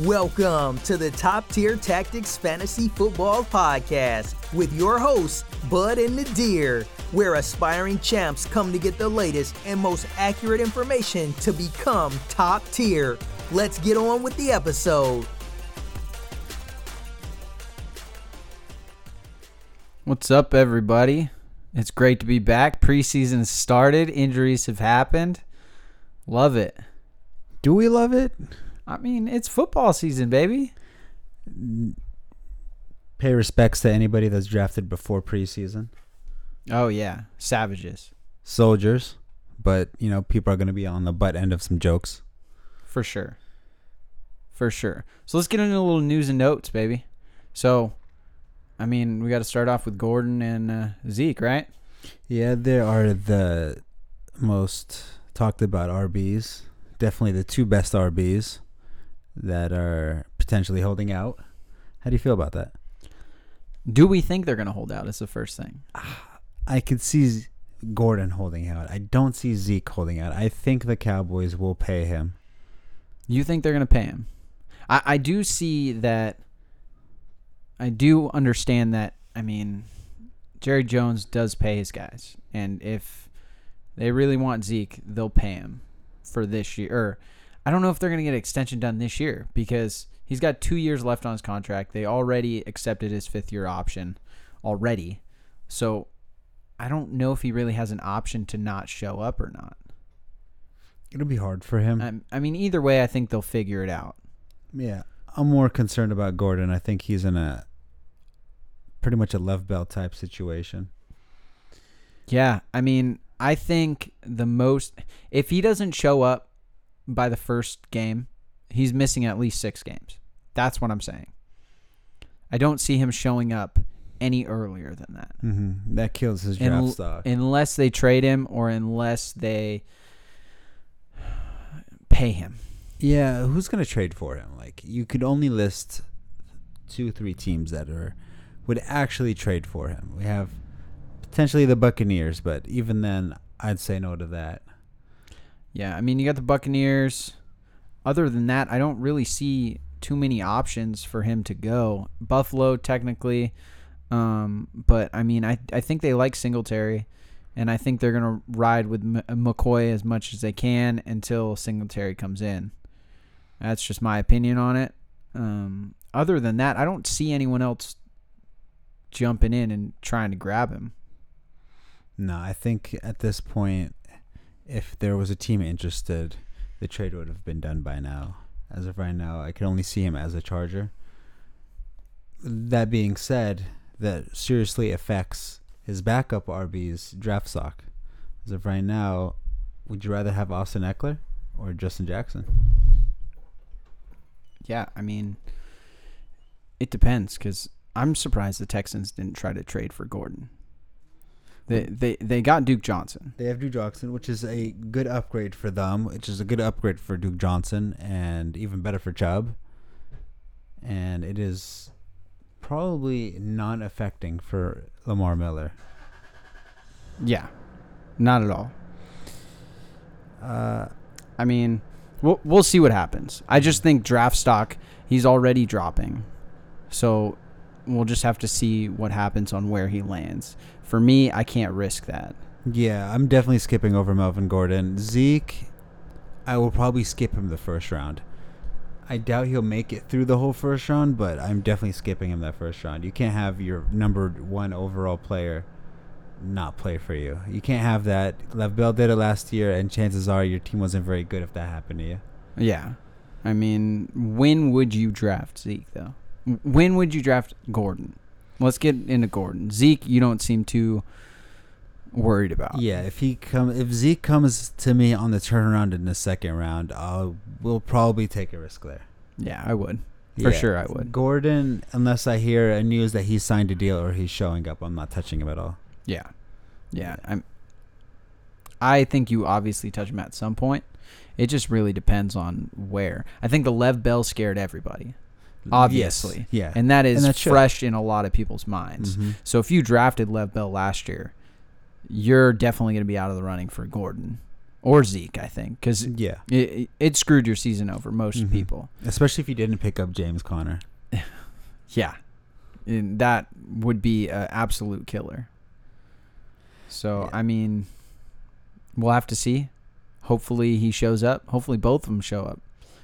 Welcome to the Top Tier Tactics Fantasy Football Podcast with your hosts, Bud and Nadir, where aspiring champs come to get the latest and most accurate information to become top tier. Let's get on with the episode. What's up, everybody? It's great to be back. Preseason started, injuries have happened. Love it. Do we love it? I mean, it's football season, baby. Pay respects to anybody that's drafted before preseason. Oh, yeah. Savages. Soldiers, but you know, people are going to be on the butt end of some jokes. For sure. For sure. So let's get into a little news and notes, baby. So, I mean, we got to start off with Gordon and uh, Zeke, right? Yeah, there are the most talked about RBs. Definitely the two best RBs that are potentially holding out. How do you feel about that? Do we think they're going to hold out? Is the first thing. I could see Z- Gordon holding out. I don't see Zeke holding out. I think the Cowboys will pay him. You think they're going to pay him? I, I do see that. I do understand that. I mean, Jerry Jones does pay his guys, and if they really want Zeke, they'll pay him for this year. Or I don't know if they're going to get an extension done this year because he's got two years left on his contract. They already accepted his fifth year option already, so I don't know if he really has an option to not show up or not. It'll be hard for him. I, I mean, either way, I think they'll figure it out. Yeah, I'm more concerned about Gordon. I think he's in a pretty much a left bell type situation. Yeah, I mean, I think the most if he doesn't show up by the first game, he's missing at least 6 games. That's what I'm saying. I don't see him showing up any earlier than that. Mm-hmm. That kills his draft Unl- stock. Unless they trade him or unless they pay him. yeah, who's gonna trade for him? Like, you could only list two, three teams that are would actually trade for him. We have potentially the Buccaneers, but even then, I'd say no to that. Yeah, I mean, you got the Buccaneers. Other than that, I don't really see too many options for him to go. Buffalo, technically. Um, but, I mean, I, I think they like Singletary, and I think they're going to ride with M- uh, McCoy as much as they can until Singletary comes in. That's just my opinion on it. Um, other than that, I don't see anyone else jumping in and trying to grab him. No, I think at this point, if there was a team interested, the trade would have been done by now. As of right now, I can only see him as a Charger. That being said, that seriously affects his backup RB's draft stock. As of right now, would you rather have Austin Eckler or Justin Jackson? Yeah, I mean, it depends because I'm surprised the Texans didn't try to trade for Gordon. They they they got Duke Johnson. They have Duke Johnson, which is a good upgrade for them, which is a good upgrade for Duke Johnson, and even better for Chubb. And it is probably non affecting for Lamar Miller. Yeah, not at all. Uh, I mean, we'll we'll see what happens. I just think draft stock he's already dropping, so we'll just have to see what happens on where he lands. For me, I can't risk that. yeah, I'm definitely skipping over Melvin Gordon. Zeke, I will probably skip him the first round. I doubt he'll make it through the whole first round, but I'm definitely skipping him that first round. You can't have your number one overall player not play for you. You can't have that. Lev Bell did it last year, and chances are your team wasn't very good if that happened to you. Yeah, I mean, when would you draft Zeke though? W- When would you draft Gordon? Let's get into Gordon. Zeke, you don't seem too worried about. Yeah, if he come, if Zeke comes to me on the turnaround in the second round, I'll we'll probably take a risk there. yeah, I would for Yeah. sure. I would. Gordon, unless I hear a news that he signed a deal or he's showing up, I'm not touching him at all. Yeah, yeah. I'm. I think you obviously touch him at some point. It just really depends on where. I think the Lev Bell scared everybody, obviously. Yes, yeah. and that is that should. fresh in a lot of people's minds. Mhm. So if you drafted Lev Bell last year, you're definitely going to be out of the running for Gordon or Zeke, I think, because it, Yeah, it, it screwed your season over most Mhm. people. especially if you didn't pick up James Conner. Yeah, and that would be an absolute killer. So Yeah. I mean, we'll have to see. Hopefully he shows up. Hopefully both of them show up,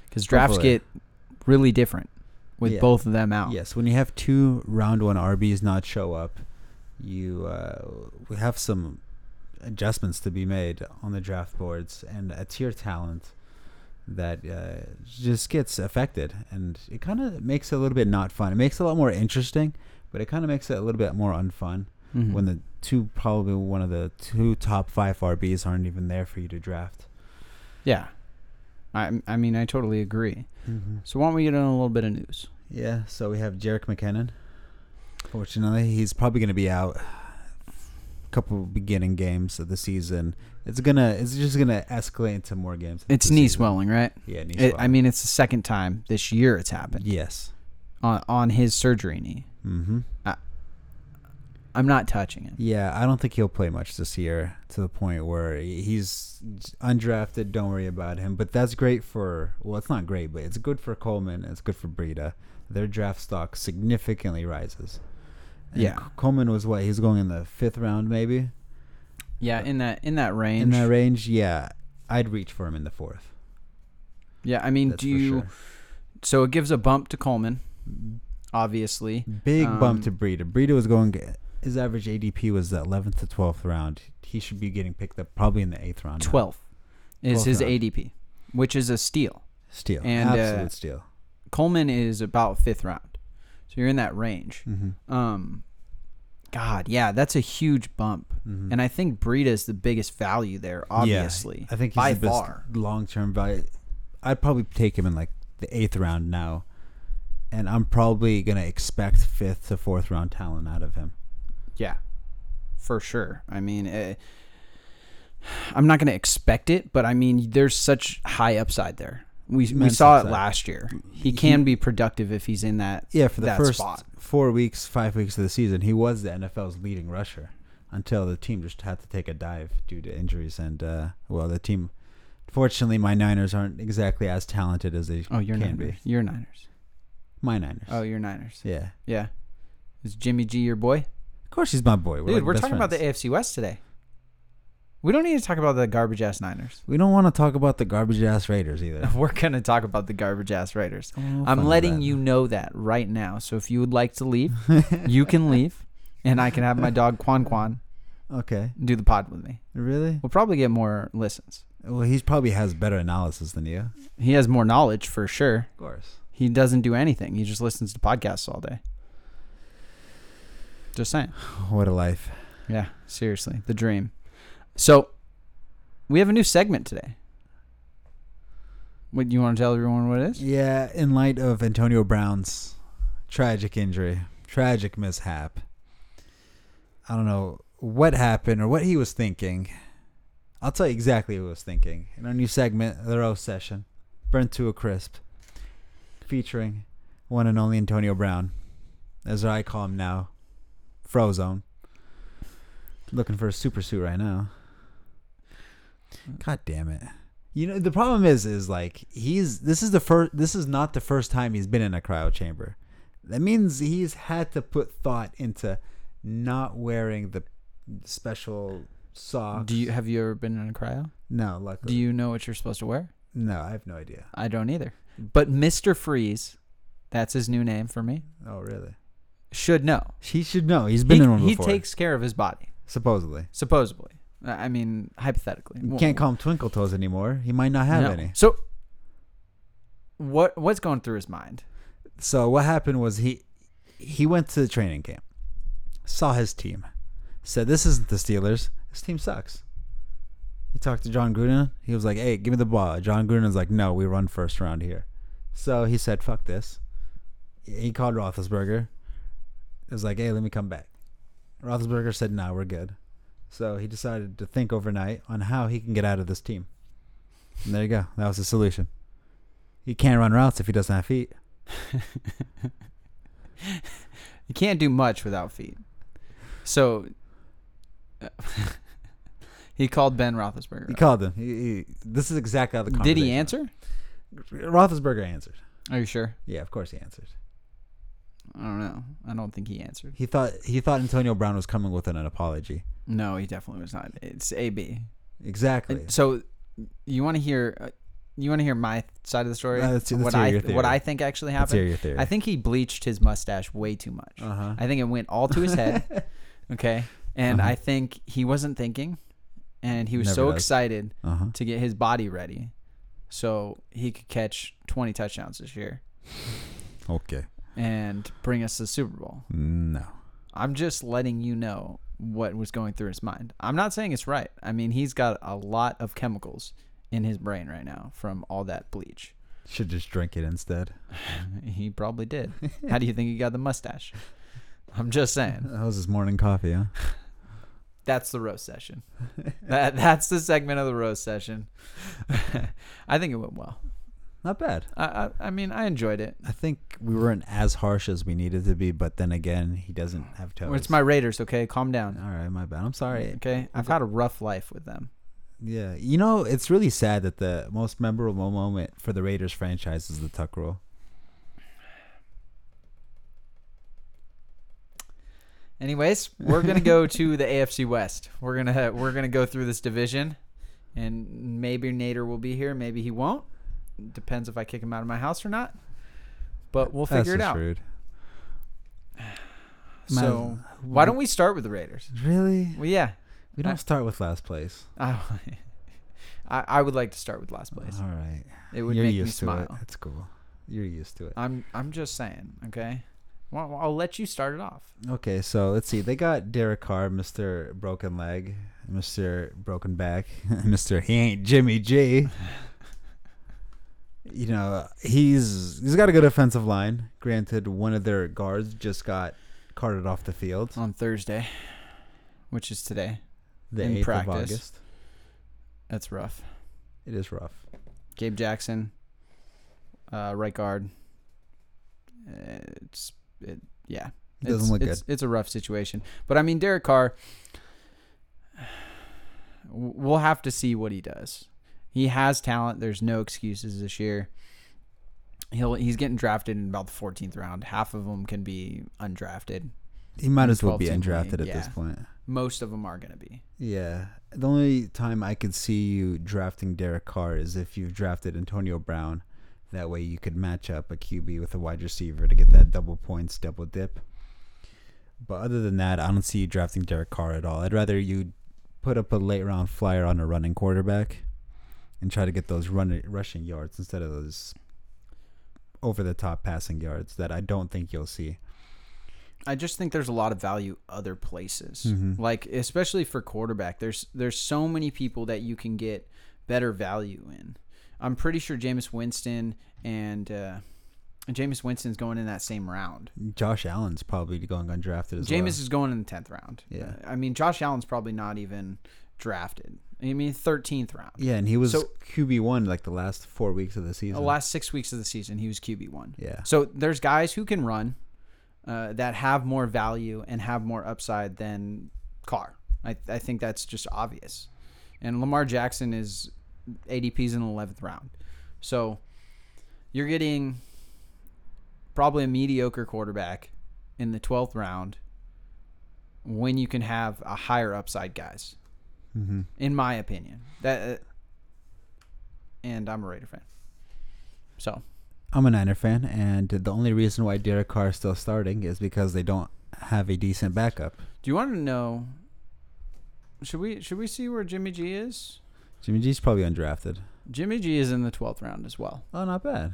because drafts Hopefully. get really different with Yeah. both of them out. Yes, when you have two round one RBs not show up, you uh, we have some adjustments to be made on the draft boards and a tier talent that uh, just gets affected, and it kind of makes it a little bit not fun. It makes it a lot more interesting, but it kind of makes it a little bit more unfun Mhm. when the two probably one of the two top five RBs aren't even there for you to draft. yeah, I I mean I totally agree. Mm-hmm. So why don't we get on a little bit of news? Yeah, so we have Jarek McKinnon. Fortunately, he's probably going to be out a couple beginning games of the season. It's gonna, it's just gonna escalate into more games. into It's the knee season. swelling, right? Yeah, knee It, swelling. I mean, it's the second time this year it's happened yes. on on his surgery knee. Mm-hmm. I'm not touching it. Yeah, I don't think he'll play much this year to the point where he- he's undrafted. Don't worry about him. But that's great for, well, it's not great, but it's good for Coleman. and It's good for Breida. Their draft stock significantly rises. Yeah. C- Coleman was what? He's going in the fifth round, maybe? Yeah, in that in that range. in that range, yeah, I'd reach for him in the fourth. yeah, I mean, That's do for you? sure. So it gives a bump to Coleman, obviously. Big Um, bump to Breida. Breida was going. His average ADP was the 11th to 12th round. He should be getting picked up probably in the eighth round. now. 12 is 12th his round. ADP, which is a steal. Steal. And, uh, Absolute steal. Coleman is about fifth round, so you're in that range. Mm-hmm. Um, God, yeah, that's a huge bump, Mm-hmm. and I think Breida is the biggest value there, obviously. I think he's by the best far. long-term value. I'd probably take him in like the eighth round now, and I'm probably gonna expect fifth to fourth round talent out of him. Yeah, for sure. I mean, eh, I'm not going to expect it, but I mean, there's such high upside there. We, we Immense saw it upside. last year. He can be productive if he's in that Yeah, for the that first spot. four weeks, five weeks of the season, he was the NFL's leading rusher until the team just had to take a dive due to injuries. And, uh, well, the team, fortunately, my Niners aren't exactly as talented as they Oh, you're can Niners. be. You're Niners. My Niners. Oh, you're Niners. yeah. Yeah. Is Jimmy G your boy? Of course, he's my boy. We're Dude, like we're best talking about the friends. AFC West today. We don't need to talk about the garbage ass Niners. We don't want to talk about the garbage ass Raiders either. We're going to talk about the garbage ass Raiders. Oh, fun I'm with letting that. you know that right now. So if you would like to leave, you can leave, and I can have my dog Quan Quan Okay. do the pod with me. Really? We'll probably get more listens. Well, he probably has better analysis than you. He has more knowledge for sure. Of course. He doesn't do anything. He just listens to podcasts all day. Just saying. What a life. Yeah, seriously, the dream. So, we have a new segment today. What you want to tell everyone what it is? Yeah, in light of Antonio Brown's tragic injury, tragic mishap, I don't know what happened or what he was thinking. I'll tell you exactly what he was thinking in our new segment, The Roast Session, Burnt to a Crisp, featuring one and only Antonio Brown, as I call him now, Frozone. Looking for a super suit right now. God damn it. You know the problem is is like he's this is the first this is not the first time he's been in a cryo chamber. That means he's had to put thought into not wearing the special socks. Do you have you ever been in a cryo? No, luckily. Do you know what you're supposed to wear? No, I have no idea. I don't either. But Mr. Freeze, that's his new name for me, Oh, really? should know. He should know. He's been he in one he before. takes care of his body, supposedly. supposedly. I I mean, hypothetically. You Well, can't call him Twinkle Toes anymore. He might not have no. any. So, what what's going through his mind? So what happened was he he went to the training camp, saw his team, said this isn't the Steelers. This team sucks. He talked to John Gruden. He was like, "Hey, give me the ball." John Gruden's like, "No, we run first round here." So he said, "Fuck this." He called Roethlisberger. It was like, "Hey, let me come back." Roethlisberger said, "No, we're good." So he decided to think overnight on how he can get out of this team. And there you go. That was the solution. He can't run routes if he doesn't have feet. You can't do much without feet. So, He called Ben Roethlisberger. He up. called them. He, he, this is exactly how the Did he conversation answer? went. Roethlisberger answered. Are you sure? Yeah, of course he answered. I don't know. I don't think he answered. He thought he thought Antonio Brown was coming with an, apology. No, he definitely was not. It's AB. Exactly. So you want to hear uh, you want to hear my side of the story? No, Uh, let's- let's what hear I your what theory. I think actually Let's happened. hear your theory. I think he bleached his mustache way too much. Uh-huh. I think it went all to his head. okay. And I think he wasn't thinking and he was Never so does. excited Uh-huh. to get his body ready so he could catch 20 touchdowns this year Okay. and bring us to the Super Bowl. No. I'm just letting you know what was going through his mind. I'm not saying it's right. I mean, he's got a lot of chemicals in his brain right now from all that bleach. Should just drink it instead. He probably did. How do you think he got the mustache? I'm just saying. That was his morning coffee, huh? That's the roast session. That that's the segment of the roast session. I think it went well. Not bad. I, I I mean, I enjoyed it. I think we weren't as harsh as we needed to be, but then again, he doesn't have toes. It's my Raiders, okay? Calm down. All right, my bad. I'm sorry. Okay? I've had a rough life with them. Yeah, you know, it's really sad that the most memorable moment for the Raiders franchise is the tuck rule. Anyways, we're gonna go to the AFC West. We're gonna we're gonna go through this division, and maybe Nader will be here. Maybe he won't. Depends if I kick him out of my house or not. But we'll That's figure it just out. rude. So why don't we start with the Raiders? Really? Well, yeah, We I- don't start with last place. I, I I would like to start with last place. All right. It would Uh, You're make me used to it. smile. Uh, That's cool. You're used to it. I'm I'm just saying, okay. Well, I'll let you start it off. Okay, so let's see. They got Derek Carr, Mr. Broken Leg, Mr. Broken Back, Mr. He Ain't Jimmy G. you know, he's he's got a good offensive line. Granted, one of their guards just got carted off the field On Thursday, which is today. the in 8th of practice. August. That's rough. It is rough. Gabe Jackson, uh, right guard. Uh, It's it, yeah. It doesn't it's, look it's, It's a rough situation, but I mean Derek Carr. w- We'll have to see what he does. He has talent. There's no excuses this year. He'll he's getting drafted in about the 14th round. Half of them can be undrafted. He might In as well be 12 team league, undrafted at this yeah. point. Most of them are going to be. Yeah. The only time I could see you drafting Derek Carr is if you've drafted Antonio Brown. That way you could match up a QB with a wide receiver to get that double points, double dip. But other than that, I don't see you drafting Derek Carr at all. I'd rather you put up a late round flyer on a running quarterback and try to get those run rushing yards instead of those over the top passing yards that I don't think you'll see. I just think there's a lot of value other places. Mm-hmm. Like especially for quarterback, there's there's so many people that you can get better value in. I'm pretty sure Jameis Winston and uh, Jameis Winston's going in that same round. Josh Allen's probably going undrafted as Jameis well. is going in the tenth round. Uh, Yeah. I mean Josh Allen's probably not even drafted. I mean thirteenth round. Yeah, and he was So- QB one like the last four weeks of the season. The last six weeks of the season, he was QB one. Yeah. So there's guys who can run uh, that have more value and have more upside than Carr. I, I think that's just obvious. And Lamar Jackson is ADP's in the eleventh round, so you're getting probably a mediocre quarterback in the twelfth round when you can have a higher upside guys. In my opinion, that. uh, and I'm a Raider fan. So I'm a Niner fan, and the only reason why Derek Carr is still starting is because they don't have a decent backup. Do you want to know? Should we should we see where Jimmy G is? Jimmy G's probably undrafted. Jimmy G is in the twelfth round as well. Oh, not bad.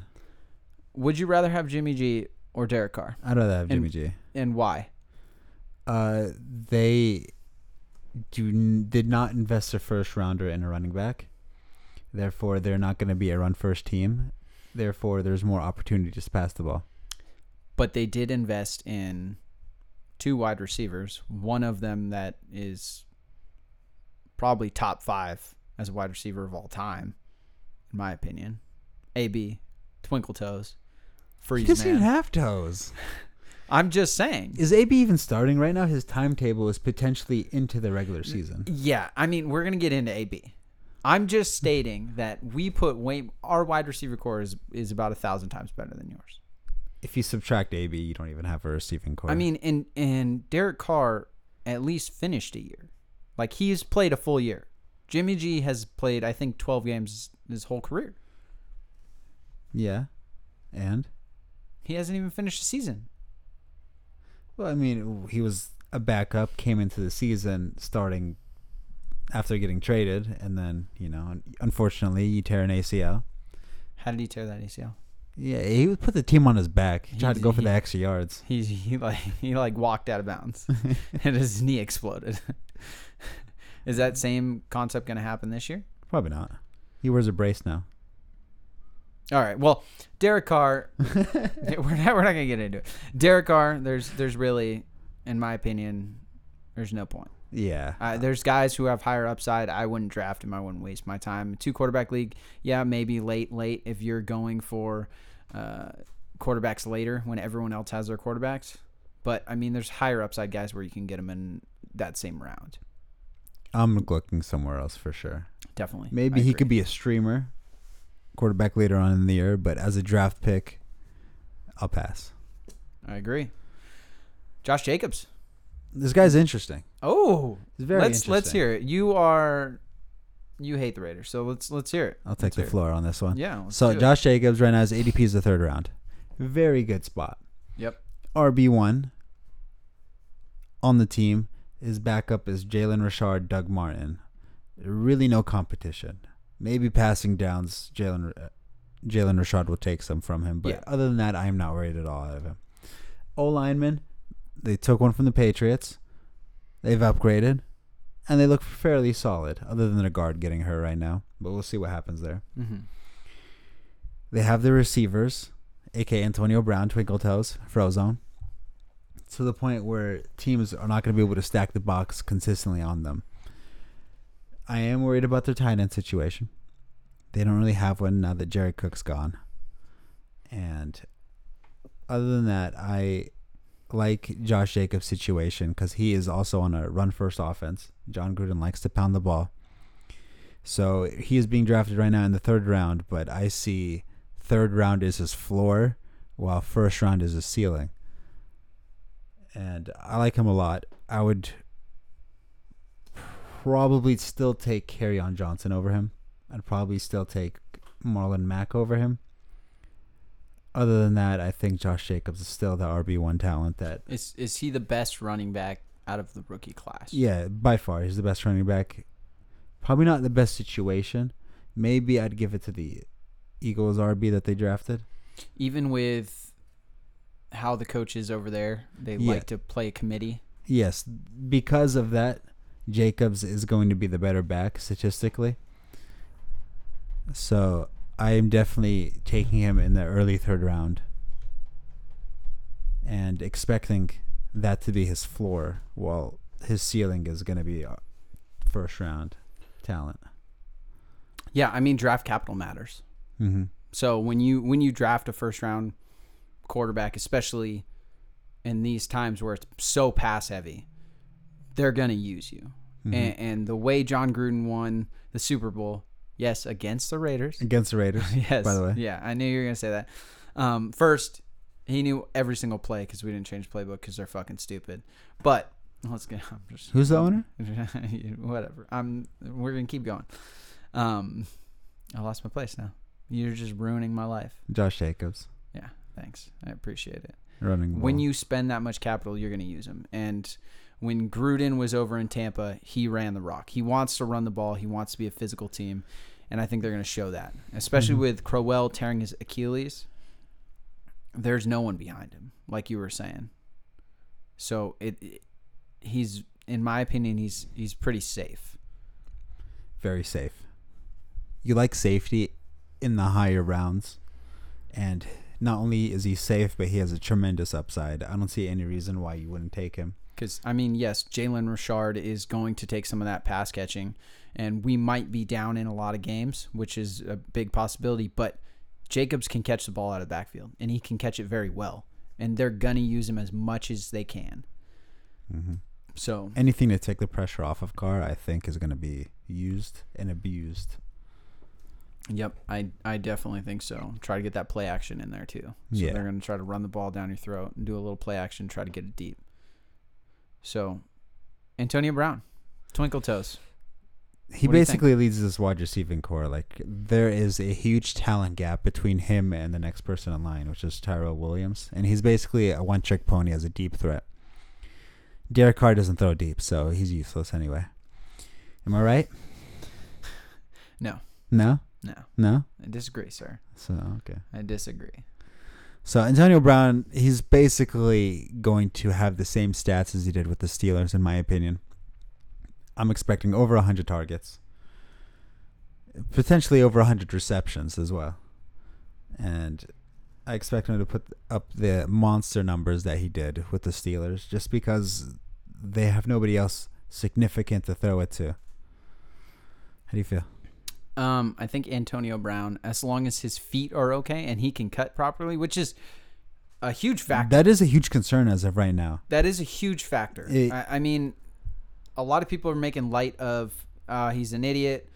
Would you rather have Jimmy G or Derek Carr, I'd rather have Jimmy And- G. and why? Uh, they do n- did not invest a first rounder in a running back. Therefore, they're not going to be a run first team. Therefore, there's more opportunity to just pass the ball. But they did invest in two wide receivers. One of them that is probably top five as a wide receiver of all time, in my opinion. A B, Twinkle Toes, Freeze Because he Man. didn't have toes. I'm just saying. Is AB even starting right now? His timetable is potentially into the regular season. Yeah, I mean, we're gonna get into AB. I'm just stating that we put way our wide receiver core is is about a thousand times better than yours. If you subtract AB, you don't even have a receiving core. I mean, and and Derek Carr at least finished a year, like he's played a full year. Jimmy G has played, I think, twelve games his whole career. yeah, and He hasn't even finished a season. well, I mean, he was a backup, came into the season starting after getting traded, and then you know, unfortunately, you tear an ACL. How did he tear that ACL? Yeah, he would put the team on his back. He He tried to did- go for he- the extra yards. He he like he like walked out of bounds, and his knee exploded. Is that same concept going to happen this year? Probably not. He wears a brace now. All right. Well, Derek Carr, we're not we're not gonna get into it. Derek Carr, there's there's really, in my opinion, there's no point. Yeah. Uh, there's guys who have higher upside. I wouldn't draft him. I wouldn't waste my time. Two quarterback league. Yeah, maybe late, late if you're going for uh, quarterbacks later when everyone else has their quarterbacks. But I mean, there's higher upside guys where you can get them in that same round. I'm looking somewhere else for sure. Definitely. Maybe I he agree. could be a streamer, quarterback later on in the year, but as a draft pick, I'll pass. I agree. Josh Jacobs. This guy's interesting. Oh, It's very let's let's interesting. hear it. You are you hate the Raiders, so let's let's hear it. I'll take Let's the hear it. floor on this one. Yeah, let's So do it. Josh Jacobs right now is ADP is the third round. Very good spot. Yep. RB one on the team. His backup is Jalen Richard, Doug Martin. Really no competition. Maybe passing downs, Jalen uh, Jalen Richard will take some from him, but Yeah. other than that, I am not worried at all out of him. O lineman, they took one from the Patriots. They've upgraded, and they look fairly solid, other than their guard getting hurt right now. But we'll see what happens there. Mm-hmm. They have the receivers, aka Antonio Brown, Twinkle Toes, Frozone, to the point where teams are not going to be able to stack the box consistently on them. I am worried about their tight end situation. They don't really have one now that Jerry Cook's gone. And other than that, I like Josh Jacobs' situation because he is also on a run first offense. John Gruden likes to pound the ball. So he is being drafted right now in the third round, but I see third round is his floor, while first round is his ceiling. And I like him a lot. I would probably still take Carry on Johnson over him. I'd probably still take Marlon Mack over him. Other than that, I think Josh Jacobs is still the RB one talent that Is is he the best running back out of the rookie class? yeah, by far he's the best running back. Probably not the best situation. Maybe I'd give it to the Eagles RB that they drafted. Even with how the coaches over there, they Yeah. like to play a committee. Yes, because of that, Jacobs is going to be the better back statistically. So I am definitely taking him in the early third round and expecting that to be his floor, while his ceiling is going to be uh, first round talent. Yeah, I mean draft capital matters. Mm-hmm. So when you when you draft a first round quarterback, especially in these times where it's so pass heavy, they're gonna use you. Mm-hmm. And, and the way John Gruden won the Super Bowl, yes, against the Raiders. Against the Raiders, Yes. by the way. Yeah, I knew you were gonna say that. Um, first, he knew every single play because we didn't change playbook because they're fucking stupid. But let's get. I'm just Who's the owner? whatever. I'm. We're gonna keep going. Um, I lost my place now. You're just ruining my life. Josh Jacobs. Yeah. Thanks. I appreciate it. Running When ball. you spend that much capital, you're gonna use them. And when Gruden was over in Tampa, he ran the rock. He wants to run the ball. He wants to be a physical team. And I think they're going to show that, especially with Crowell tearing his Achilles. There's no one behind him, like you were saying. So it, it- he's, in my opinion, he's he's pretty safe. very safe. You like safety in the higher rounds, and not only is he safe, but he has a tremendous upside. I don't see any reason why you wouldn't take him. Because I mean, yes, Jalen Richard is going to take some of that pass catching, and we might be down in a lot of games, which is a big possibility. But Jacobs can catch the ball out of the backfield, and he can catch it very well. and they're gonna use him as much as they can. hmm So Anything to take the pressure off of Carr, I think, is going to be used and abused. Yep, I I definitely think so. Try to get that play action in there too. So Yeah. they're going to try to run the ball down your throat and do a little play action, try to get it deep. So, Antonio Brown, Twinkle Toes. He What do you think? basically leads this wide receiving core. Like there is a huge talent gap between him and the next person in line, which is Tyrell Williams, and he's basically a one-trick pony as a deep threat. Derek Carr doesn't throw deep, so he's useless anyway. Am I right? No. No. No, No. I disagree, sir. So okay. I disagree. So Antonio Brown, he's basically going to have the same stats as he did with the Steelers, in my opinion. I'm expecting over 100 targets, potentially over 100 receptions as well, and I expect him to put up the monster numbers that he did with the Steelers, just because they have nobody else significant to throw it to. How do you feel? Um, I think Antonio Brown, as long as his feet are okay and he can cut properly, which is a huge factor. That is a huge concern as of right now. That is a huge factor. It- I, I mean, a lot of people are making light of uh, he's an idiot,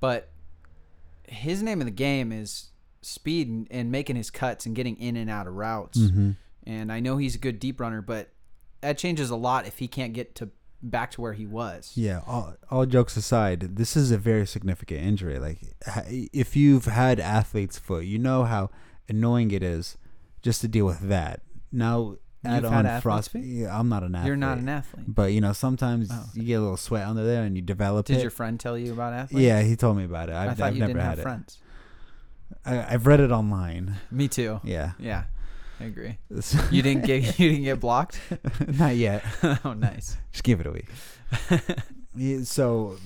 but his name of the game is speed and, and making his cuts and getting in and out of routes. Mm-hmm. And I know he's a good deep runner, but that changes a lot if he can't get to back to where he was. Yeah, all, all jokes aside, this is a very significant injury. Like, h- if you've had athlete's foot, you know how annoying it is just to deal with that. Now, add You've had on athlete's frost. feet? Yeah, I'm not an athlete. You're not an athlete. But, you know, sometimes Oh, you get a little sweat under there and you develop Did it. your friend tell you about athletes? yeah, he told me about it. I I've, thought I've you never didn't had have it. friends. I, I've read it online. Me too. Yeah. Yeah, I agree. You didn't get you didn't get blocked. not yet. oh, nice. Just give it a week. Yeah, so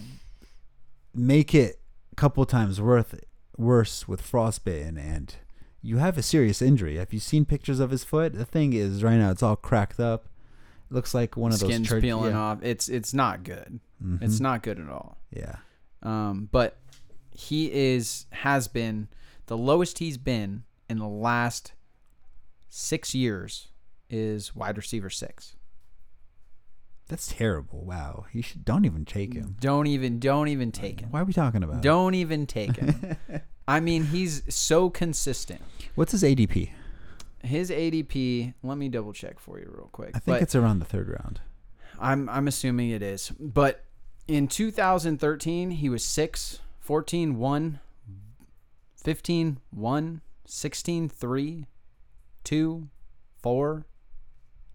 make it a couple times worth worse with frostbitten and you have a serious injury. Have you seen pictures of his foot? The thing is right now it's all cracked up. looks like one of Skin's those church peeling yeah. Mm-hmm. off. It's it's not good. It's not good at all. Yeah. Um, but he is has been the lowest he's been in the last six years is wide receiver six. That's terrible. Wow. You should don't even take him. Don't even don't even take him. Why are we talking about? it? Don't even take him. I mean, he's so consistent. What's his ADP? His ADP. Let me double check for you real quick. I think but- it's around the third round. I'm I'm assuming it is. But in 2013, he was 6, 14, 1, 15, 1, 16, 3, 2, 4.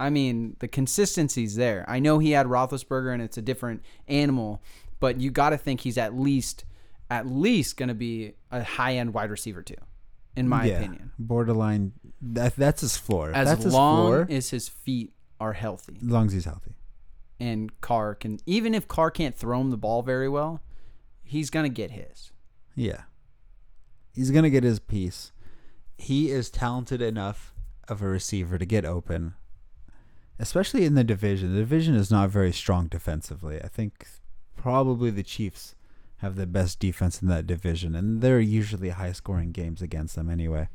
I mean, the consistency's there. I know he had Roethlisberger and it's a different animal, but you got to think he's at least at least going to be a high-end wide receiver too, in my yeah. opinion. Borderline that, that's his floor. As that's his long floor, as his feet are healthy. as long as he's healthy. and Carr can even if Carr can't throw him the ball very well, he's gonna get his. Yeah. He's going to get his piece. He is talented enough of a receiver to get open, especially in the division. The division is not very strong defensively. I think probably the Chiefs have the best defense in that division, and they're usually high scoring games against them anyway.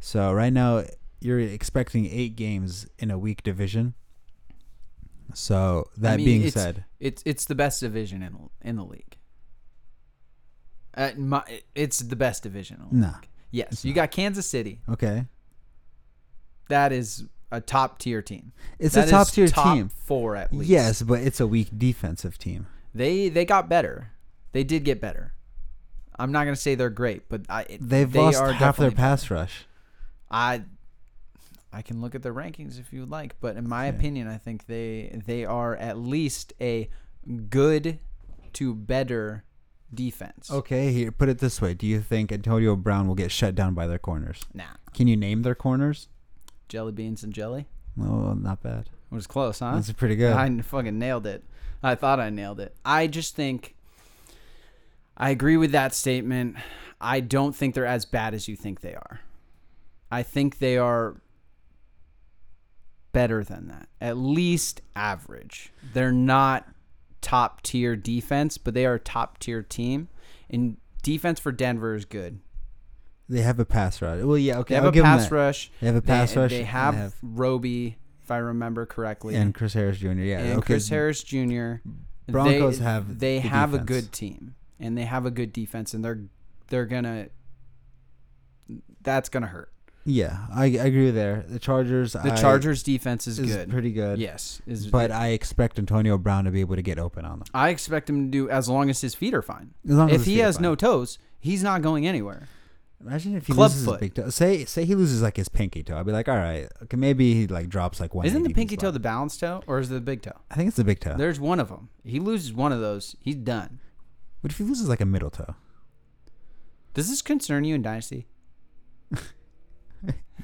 So, right now, you're expecting eight games in a weak division. So, that I mean, being it's, said, it's it's the best division in the- in the league. At my, it's the best division. In the Nah, league. Yes, you got Kansas City. okay. That is a top tier team. It's That a is top tier team. Four at least. Yes, but it's a weak defensive team. they they got better. They did get better. I'm not gonna say they're great, but I it- They've they lost are half their definitely- pass rush. I I can look at their rankings if you like, but in my Yeah. opinion, I think they they are at least a good to better defense. Okay, here, put it this way: Do you think Antonio Brown will get shut down by their corners? Nah, Can you name their corners? jelly beans and jelly No, not bad. it was close, huh? That's pretty good. I fucking nailed it. I thought I nailed it. I just think I agree with that statement. I don't think they're as bad as you think they are. I think they are better than that. At least average. They're not top tier defense, but they are a top tier team. And defense for Denver is good. They have a pass rush. Well, yeah, okay. They have I'll a give 'em pass that. rush. They have a pass they, rush. They and have, Roby, if I remember correctly, and Chris Harris Jr. Yeah, and okay. Chris Harris Jr. Broncos they, have they the have a defense. good team and they have a good defense and they're they're gonna that's gonna hurt. Yeah, I, I agree there. The Chargers. The I- Chargers defense is, is good. pretty good. Yes, is but I expect Antonio Brown to be able to get open on them. I expect him to do as long as his feet are fine. As long as if his he feet are has no fine. toes, he's not going anywhere. Imagine if he Club loses foot. his big toe. Say say he loses like his pinky toe. I'd be like, all right, okay, maybe he like drops like one. Isn't the pinky toe the balance toe or is it the big toe? I think it's the big toe. There's one of them. He loses one of those, he's done. What if he loses like a middle toe? Does this concern you in Dynasty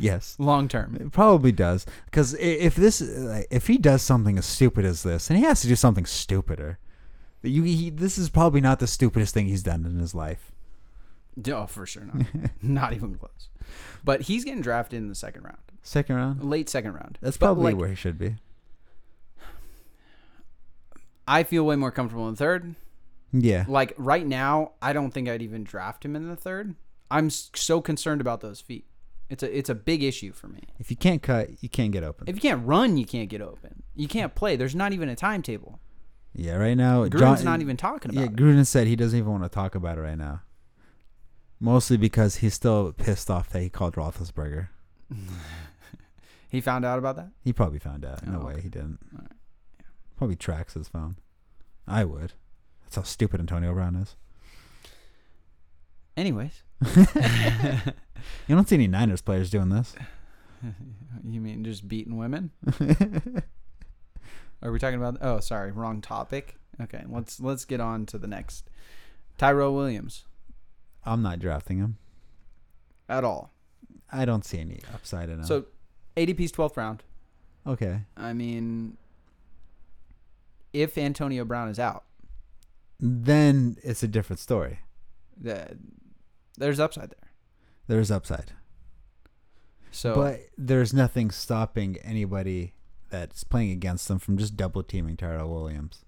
Yes, long term? it probably does. Because if this like, if he does something as stupid as this, and he has to do something stupider, you he, this is probably not the stupidest thing he's done in his life. D- Oh, for sure not. not even close. But he's getting drafted in the second round, Second round. late second round. That's But, probably like, where he should be. I feel way more comfortable in the third. Yeah. Like right now, I don't think I'd even draft him in the third. I'm s- so concerned about those feet. It's a it's a big issue for me. If you can't cut, you can't get open. If you can't run, you can't get open. You can't play. There's not even a timetable. yeah. Right now, Gruden's John- not even talking about Yeah, it. Gruden said he doesn't even want to talk about it right now. Mostly because he's still pissed off that he called Roethlisberger. he found out about that. He probably found out. no Oh, way he didn't. Alright, Probably tracks his phone. I would. That's how stupid Antonio Brown is. Anyways, You don't see any Niners players doing this. you mean just beating women? Are we talking about? Oh, sorry, wrong topic. Okay, let's let's get on to the next. Tyrell Williams I'm not drafting him. at all. I don't see any upside in him. So ADP's 12th round. okay, I mean, if Antonio Brown is out, then it's a different story. the, there's upside there. There's upside, So but there's nothing stopping anybody that's playing against them from just double teaming Tyrell Williams.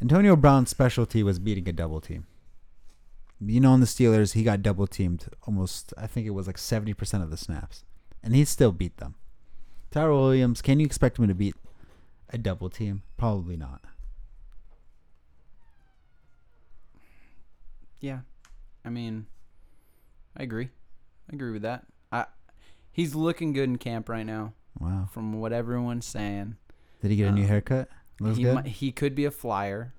Antonio Brown's specialty was beating a double team. You know, in the Steelers, he got double teamed almost, I think it was like 70% of the snaps. And he still beat them. Tyrell Williams, can you expect him to beat a double team? Probably not. yeah, I mean, I agree. I agree with that. I he's looking good in camp right now, Wow. from what everyone's saying. Did he get a new Um, haircut? Looks he good? might- he could be a flyer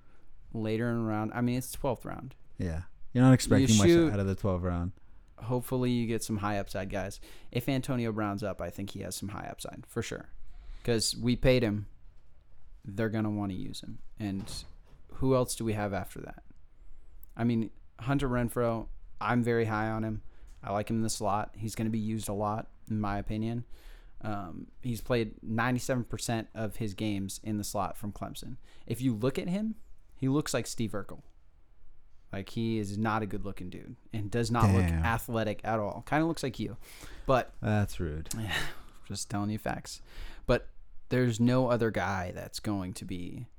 later in the round. I mean, it's 12th round. yeah. You're not expecting much shoot- out of the 12 round. hopefully you get some high upside guys. If Antonio Brown's up, I think he has some high upside for sure. Because we paid him, they're gonna want to use him. And who else do we have after that? I mean, Hunter Renfro, I'm very high on him. I like him in the slot. He's gonna be used a lot, in my opinion. Um, he's played 97% of his games in the slot from Clemson. If you look at him, he looks like Steve Urkel. Like he is not a good looking dude and does not look Damn. athletic at all. Kind of looks like you, but That's rude. just telling you facts. But there's no other guy that's going to be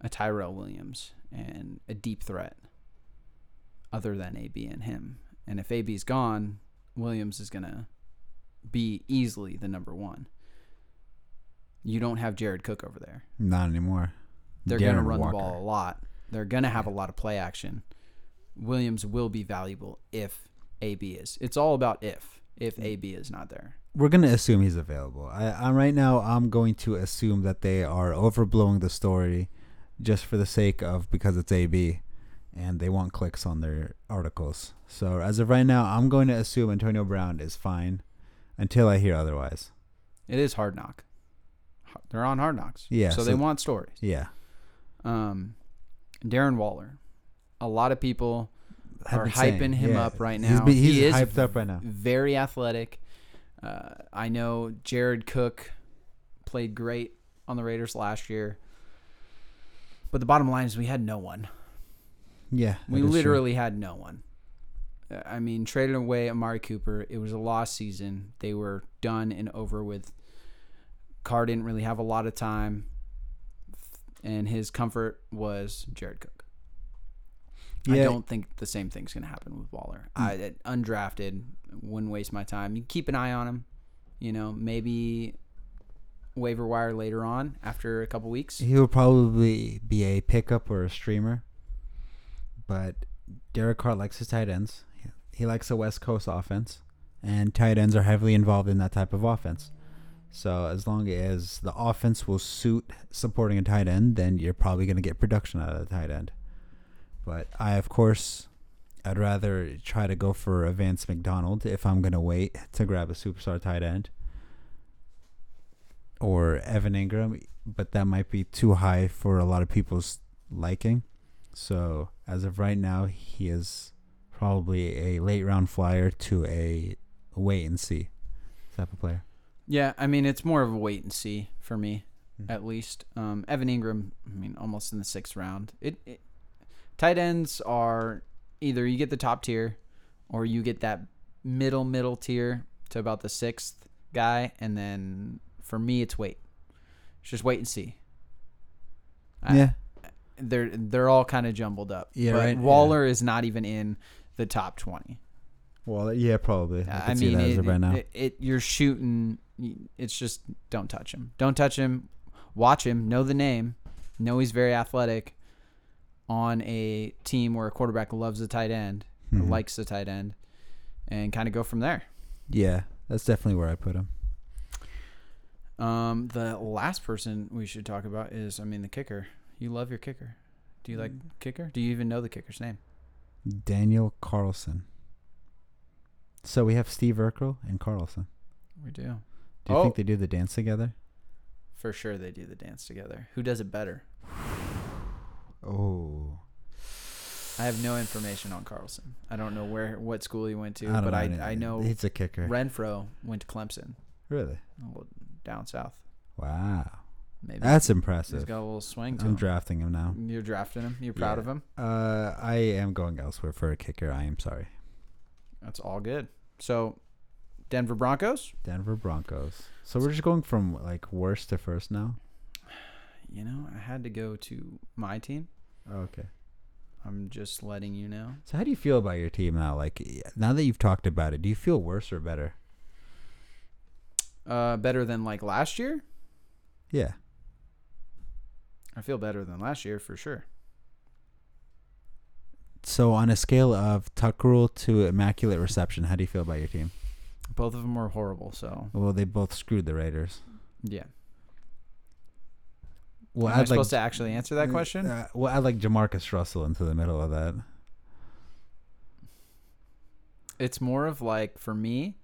a Tyrell Williams and a deep threat other than AB and him. And if AB's gone, Williams is going to be easily the number one. You don't have Jared Cook over there. Not anymore. They're going to Darren run Walker. the ball a lot. They're going to have a lot of play action. Williams will be valuable if AB is. It's all about if if AB is not there. we're gonna assume he's available. I, I'm right now. I'm going to assume that they are overblowing the story, just for the sake of because it's AB, and they want clicks on their articles. So as of right now, I'm going to assume Antonio Brown is fine, until I hear otherwise. It is Hard Knock. H- They're on Hard Knocks. Yeah, So, so- they want stories. Yeah, Um, Darren Waller. A lot of people I've are been hyping saying, him yeah, up right he's now. been- he's he is hyped up right now. Very athletic. Uh, I know Jared Cook played great on the Raiders last year. But the bottom line is we had no one. yeah. We that is true. literally had no one. Uh, I mean, traded away Amari Cooper. It was a lost season. They were done and over with. Carr didn't really have a lot of time, and his comfort was Jared Cook. I Yeah. Hmm. don't think the same thing's going to happen with Waller. I uh, undrafted wouldn't waste my time. You keep an eye on him. You know, maybe waiver wire later on after a couple weeks. He'll probably be a pickup or a streamer. But Derek Carr likes his tight ends. He- He likes a West Coast offense, and tight ends are heavily involved in that type of offense. So as long as the offense will suit supporting a tight end, then you're probably going to get production out of the tight end. But I, of course, I'd rather try to go for a Vance McDonald if I'm going to wait to grab a superstar tight end or Evan Ingram, but that might be too high for a lot of people's liking. So as of right now, he is probably a late round flyer to a wait and see type of player. Yeah, I mean it's more of a wait and see for me, Mm. at least. Um, Evan Ingram, I mean, almost in the sixth round. It, it tight ends are either you get the top tier, or you get that middle middle tier to about the sixth guy, and then for me it's wait. It's just wait and see. I- yeah, They're they're all kind of jumbled up. Yeah, but right, yeah. Waller is not even in the top twenty. well, yeah, probably. I, I, can see mean, that it, as of right now. It, it- you're shooting. It's just don't touch him. Don't touch him. Watch him. Know the name. Know he's very athletic. On a team where a quarterback loves the tight end, or Mhm. likes the tight end, and kind of go from there. yeah, that's definitely where I put him. Um, the last person we should talk about is, I mean, the kicker. You love your kicker. Do you like Mm. kicker? Do you even know the kicker's name? Daniel Carlson. So we have Steve Urkel and Carlson. We do. Do you Oh. think they do the dance together? For sure, they do the dance together. Who does it better? Oh, I have no information on Carlson. I don't know where what school he went to, don't but I, know. I know it's a kicker. Renfro went to Clemson, really? well, down south. Wow, Maybe that's he's impressive. got a little swing to I'm him. drafting him now. You're drafting him. You're proud Yeah. of him. Uh, I am going elsewhere for a kicker. I am sorry. That's all good. So, Denver Broncos. Denver Broncos. So we're just going from like worst to first now. You know, I had to go to my team. Oh, Okay. I'm just letting you know. So how do you feel about your team now? Like y- now that you've talked about it, do you feel worse or better? Uh, better than like last year. Yeah. I feel better than last year for sure. So on a scale of tuck rule to immaculate reception, how do you feel about your team? Both of them were horrible. So, Well, they both screwed the Raiders. yeah. Well, Am I supposed to actually answer that question? Uh, well, I'd like Jamarcus Russell into the middle of that. it's more of like for me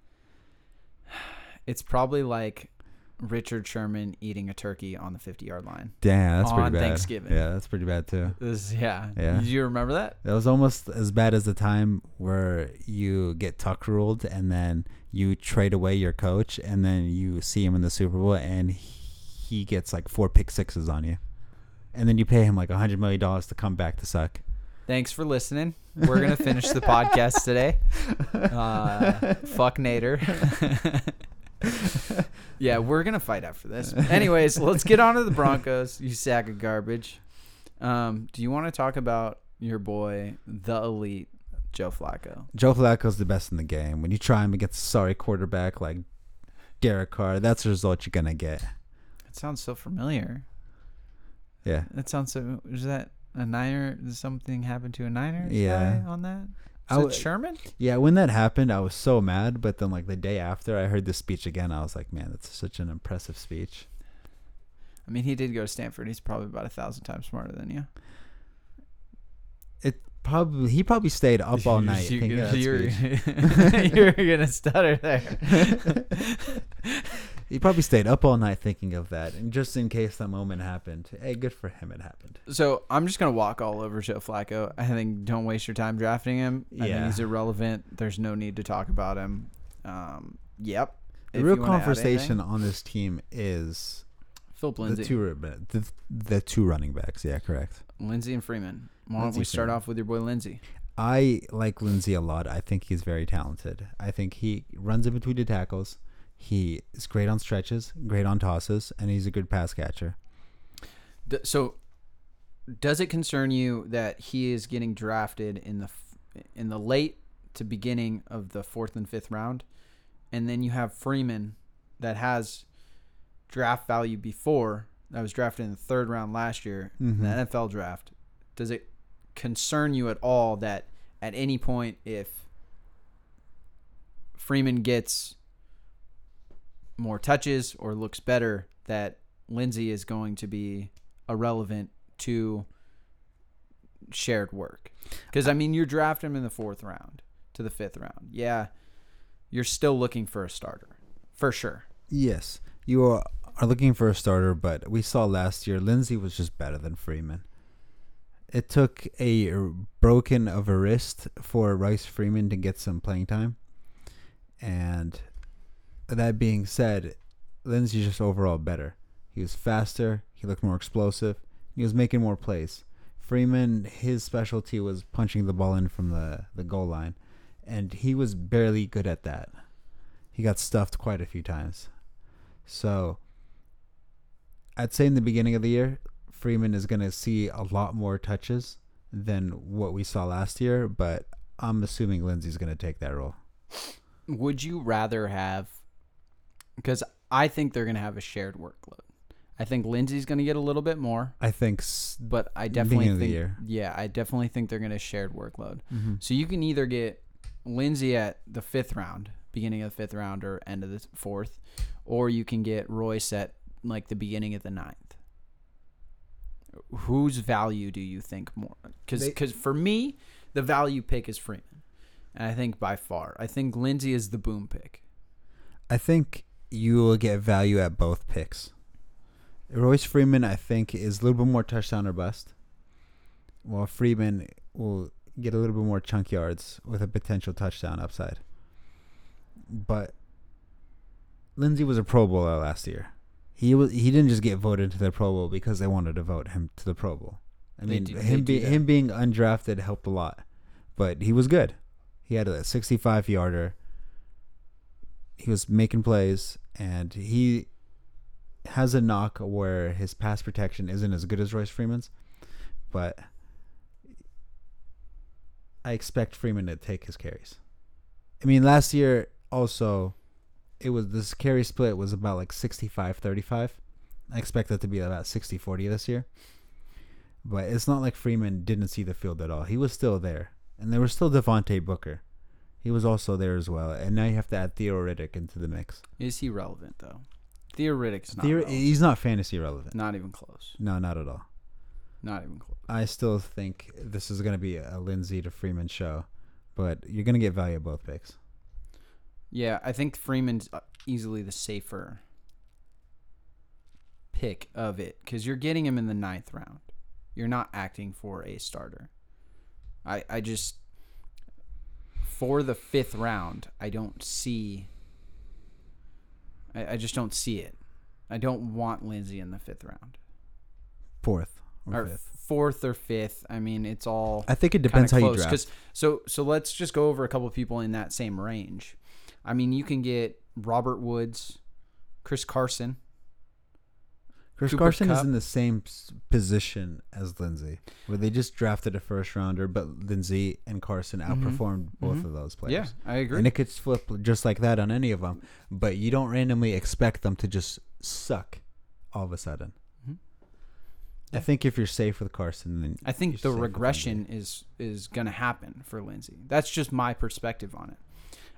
it's probably like richard sherman eating a turkey on the 50 yard line Damn, that's On pretty bad. Thanksgiving. Yeah, that's pretty bad too. this yeah Yeah. do you remember that It was almost as bad as the time where you get tuck ruled and then you trade away your coach and then you see him in the Super Bowl and he gets like four pick sixes on you. And then you pay him like a $100 million to come back to suck. thanks for listening we're gonna finish the podcast today uh, fuck nader yeah we're gonna fight after this anyways let's get on to the broncos you sack of garbage um, do you want to talk about your boy the elite joe flacco Joe Flacco's the best in the game. When you try him against a sorry quarterback like Derek Carr, that's the result you're going to get. it sounds so familiar Yeah. That sounds so. Is that a Niner? Did something happen to a Niner? Yeah. on that. I Is it would- Sherman? Yeah, when that happened, I was so mad. But then, like, the day after I heard the speech again, I was like, man, that's such an impressive speech. I mean, he did go to Stanford. He's probably about a thousand times smarter than you. It probably he probably stayed up all night. You, thinking of that you're, speech. you're gonna stutter there. he probably stayed up all night thinking of that, and just in case that moment happened, hey, good for him, it happened. So I'm just gonna walk all over Joe Flacco. I think don't waste your time drafting him. I think Yeah. he's irrelevant. There's no need to talk about him. Um, yep. The If real you wanna add conversation anything. on this team is Philip the Lindsay. two ru- the, the two running backs. Yeah, correct. Lindsay and Freeman. Why don't Lindsey we start Freeman. off with your boy Lindsay? I like Lindsey a lot. I think he's very talented. I think he runs in between the tackles. He is great on stretches, great on tosses, and he's a good pass catcher. D- so does it concern you that he is getting drafted in the f- in the late to beginning of the fourth and fifth round, and then you have Freeman that has draft value before that was drafted in the third round last year in the NFL draft? Does it concern you at all that at any point if Freeman gets more touches or looks better that Lindsey is going to be irrelevant to shared work. Because I mean, you draft him in the fourth round to the fifth round. Yeah, you're still looking for a starter for sure. Yes, you are, are looking for a starter, but we saw last year Lindsey was just better than Freeman. It took a r- broken of a wrist for Rice Freeman to get some playing time. And that being said, Lindsey's just overall better. He was faster, he looked more explosive, he was making more plays. Freeman, his specialty was punching the ball in from the, the goal line, and he was barely good at that. He got stuffed quite a few times. So I'd say in the beginning of the year, Freeman is going to see a lot more touches than what we saw last year, but I'm assuming Lindsey's going to take that role. Would you rather have? Because I think they're going to have a shared workload. I think Lindsey's going to get a little bit more, I think s- but I definitely Beginning think of the year. Mm-hmm. yeah, I definitely think they're going to shared workload. So you can either get Lindsey at the fifth round, beginning of the fifth round or end of the fourth, or you can get Royce at like the beginning of the ninth. Whose value do you think more? Because They- for me, the value pick is Freeman, and I think by far, I think Lindsey is the boom pick. I think you will get value at both picks. Royce Freeman, I think, is a little bit more touchdown or bust, while Freeman will get a little bit more chunk yards with a potential touchdown upside. But Lindsey was a Pro Bowler last year. He was he didn't just get voted to the Pro Bowl because they wanted to vote him to the Pro Bowl. I They mean, do- they him do be, that. him being undrafted helped a lot, but he was good. He had a 65 yarder he was making plays and he has a knock where his pass protection isn't as good as Royce Freeman's, but I expect Freeman to take his carries. I mean, last year also it was this carry split was about like 65-35. I expect that to be about 60-40 this year. But it's not like Freeman didn't see the field at all. He was still there. And there was still Devontae Booker. He was also there as well, and now you have to add Theo Riddick into the mix. Is he relevant though? Theoretic's not. Theo- relevant. he's not fantasy relevant. Not even close. No, not at all. Not even close. I still think this is going to be a Lindsey to Freeman show, but you're going to get value at both picks. Yeah, I think Freeman's uh, easily the safer pick of it because you're getting him in the ninth round. You're not acting for a starter. I I just for the fifth round, I don't see. I, I just don't see it. I don't want Lindsey in the fifth round Fourth or, or fifth. fourth or fifth. I mean, it's all I think it kinda depends how you close, draft. 'cause- so so let's just go over a couple people in that same range. I mean, you can get Robert Woods, Chris Carson. Chris Cooper Carson is Kupp. in the same s- position as Lindsey, where they just drafted a first rounder, but Lindsey and Carson outperformed both of those players. Mm-hmm. Yeah, I agree. And it could flip just like that on any of them, but you don't randomly expect them to just suck all of a sudden. I think if you're safe with Carson, then Mm-hmm. I you're think the safe with regression is is going to happen for Lindsey. That's just my perspective on it.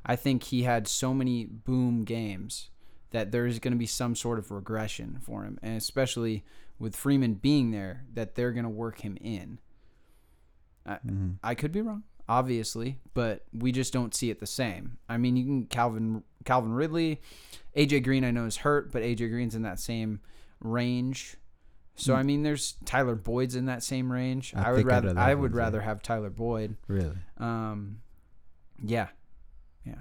I think he had so many boom games that there is going to be some sort of regression for him, and especially with Freeman being there, that they're going to work him in. I, I could be wrong, obviously, but we just don't see it the same. I mean, you can Calvin Calvin Ridley, AJ Green. I know is hurt, but AJ Green's in that same range. So I mean, there's Tyler Boyd's in that same range. Hmm. I I, would think I'd rather rather I have would Lindsey. rather have Tyler Boyd. Lindsey. Really. Um, yeah, yeah.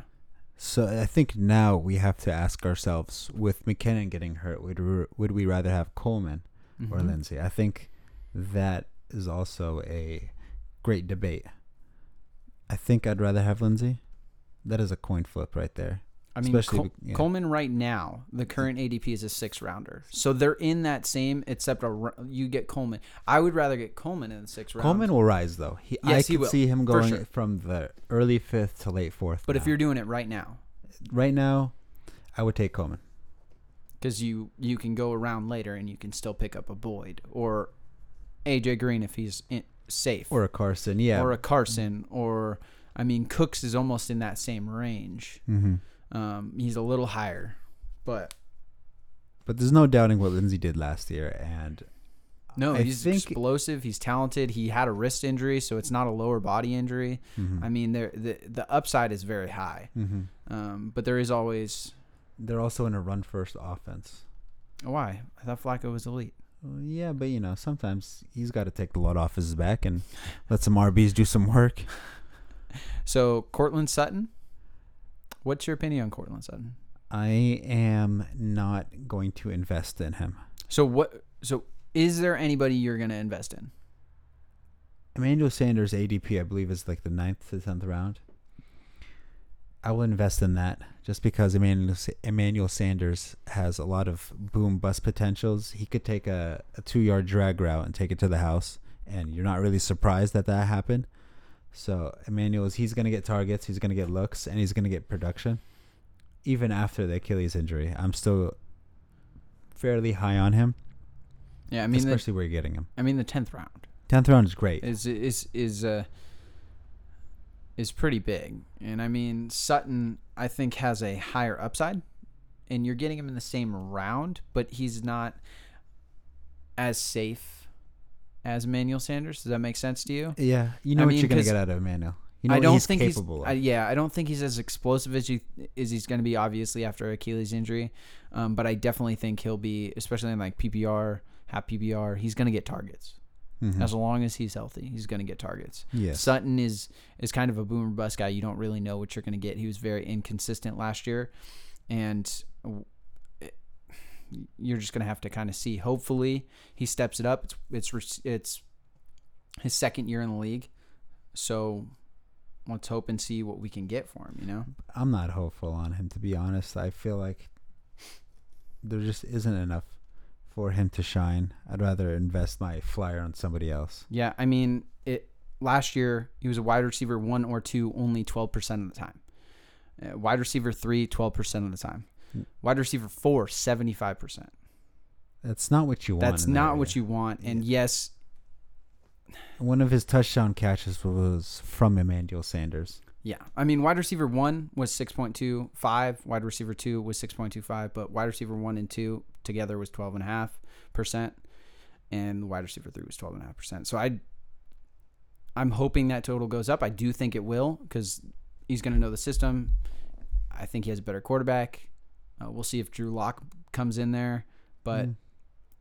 So I think now we have to ask ourselves: with McKinnon getting hurt, would we, would we rather have Coleman or Mm-hmm. Lindsey? I think that is also a great debate. I think I'd rather have Lindsey. That is a coin flip right there. I mean, Especially Col- be- yeah. Coleman right now, the current ADP is a six rounder. So they're in that same, except a, ru- you get Coleman. I would rather get Coleman in the sixth round. Coleman will rise though. He, I Yes, can he will, see him for going sure. from the early fifth to late fourth. but if now. you're doing it right now, right now, I would take Coleman. because you you can go around later and you can still pick up a Boyd or AJ Green if he's in, safe, or a Carson. Yeah, or a Carson, or I mean Cooks is almost in that same range. hmm Um, he's a little higher, but but there's no doubting what Lindsey did last year, and no, I he's think- explosive. He's talented. He had a wrist injury, so it's not a lower body injury. Mm-hmm. I mean, there the the upside is very high, um, but there is always oh, they're also in a run-first offense. why I thought Flacco was elite. Well, yeah, but you know sometimes he's got to take the load off his back and let some RBs do some work. So Cortland Sutton, what's your opinion on Cortland Sutton? I am not going to invest in him. So what? So is there anybody you're gonna invest in? Emmanuel Sanders ADP, I believe, is like the ninth to tenth round. I will invest in that just because Emmanuel, Sa- Emmanuel Sanders has a lot of boom bust potentials. He could take a, a two yard drag route and take it to the house, and you're not really surprised that that happened. So Emmanuel, is- he's going to get targets, he's going to get looks, and he's going to get production. Even after the Achilles injury, I'm still fairly high on him, Yeah, I mean, the, especially where you're getting him. I mean the tenth round Tenth round is great. is is is uh is pretty big, and I mean Sutton I think has a higher upside, and you're getting him in the same round, but he's not as safe as Manuel Sanders. Does that make sense to you? Yeah, you know I what mean, you're gonna 'cause get out of Emmanuel. You know I what don't he's think capable he's. of. I, yeah, I don't think he's as explosive as you as he's going to be. Obviously, after Achilles injury, um, but I definitely think he'll be, especially in like PPR, half PPR. He's going to get targets Mhm. as long as he's healthy. He's going to get targets. Yes. Sutton is is kind of a boomer bust guy. You don't really know what you're going to get. He was very inconsistent last year, and w- it- you're just going to have to kind of see. Hopefully, he steps it up. It's it's re- it's his second year in the league, so let's hope and see what we can get for him. You know, I'm not hopeful on him to be honest. I feel like there just isn't enough for him to shine. I'd rather invest my flyer on somebody else. yeah. I mean, it last year he was a wide receiver one or two only twelve percent of the time. Uh, wide receiver three, 12% of the time. Wide receiver four, 75%. That's not what you want. That's not what you want. And yes, One of his touchdown catches was from Emmanuel Sanders. yeah. I mean, wide receiver one was 6.25, wide receiver two was 6.25, but wide receiver one and two together was 12.5%, and wide receiver three was 12.5%. So I, I'm hoping that total goes up. I do think it will because he's going to know the system. I think he has a better quarterback. Uh, we'll see if Drew Lock comes in there, but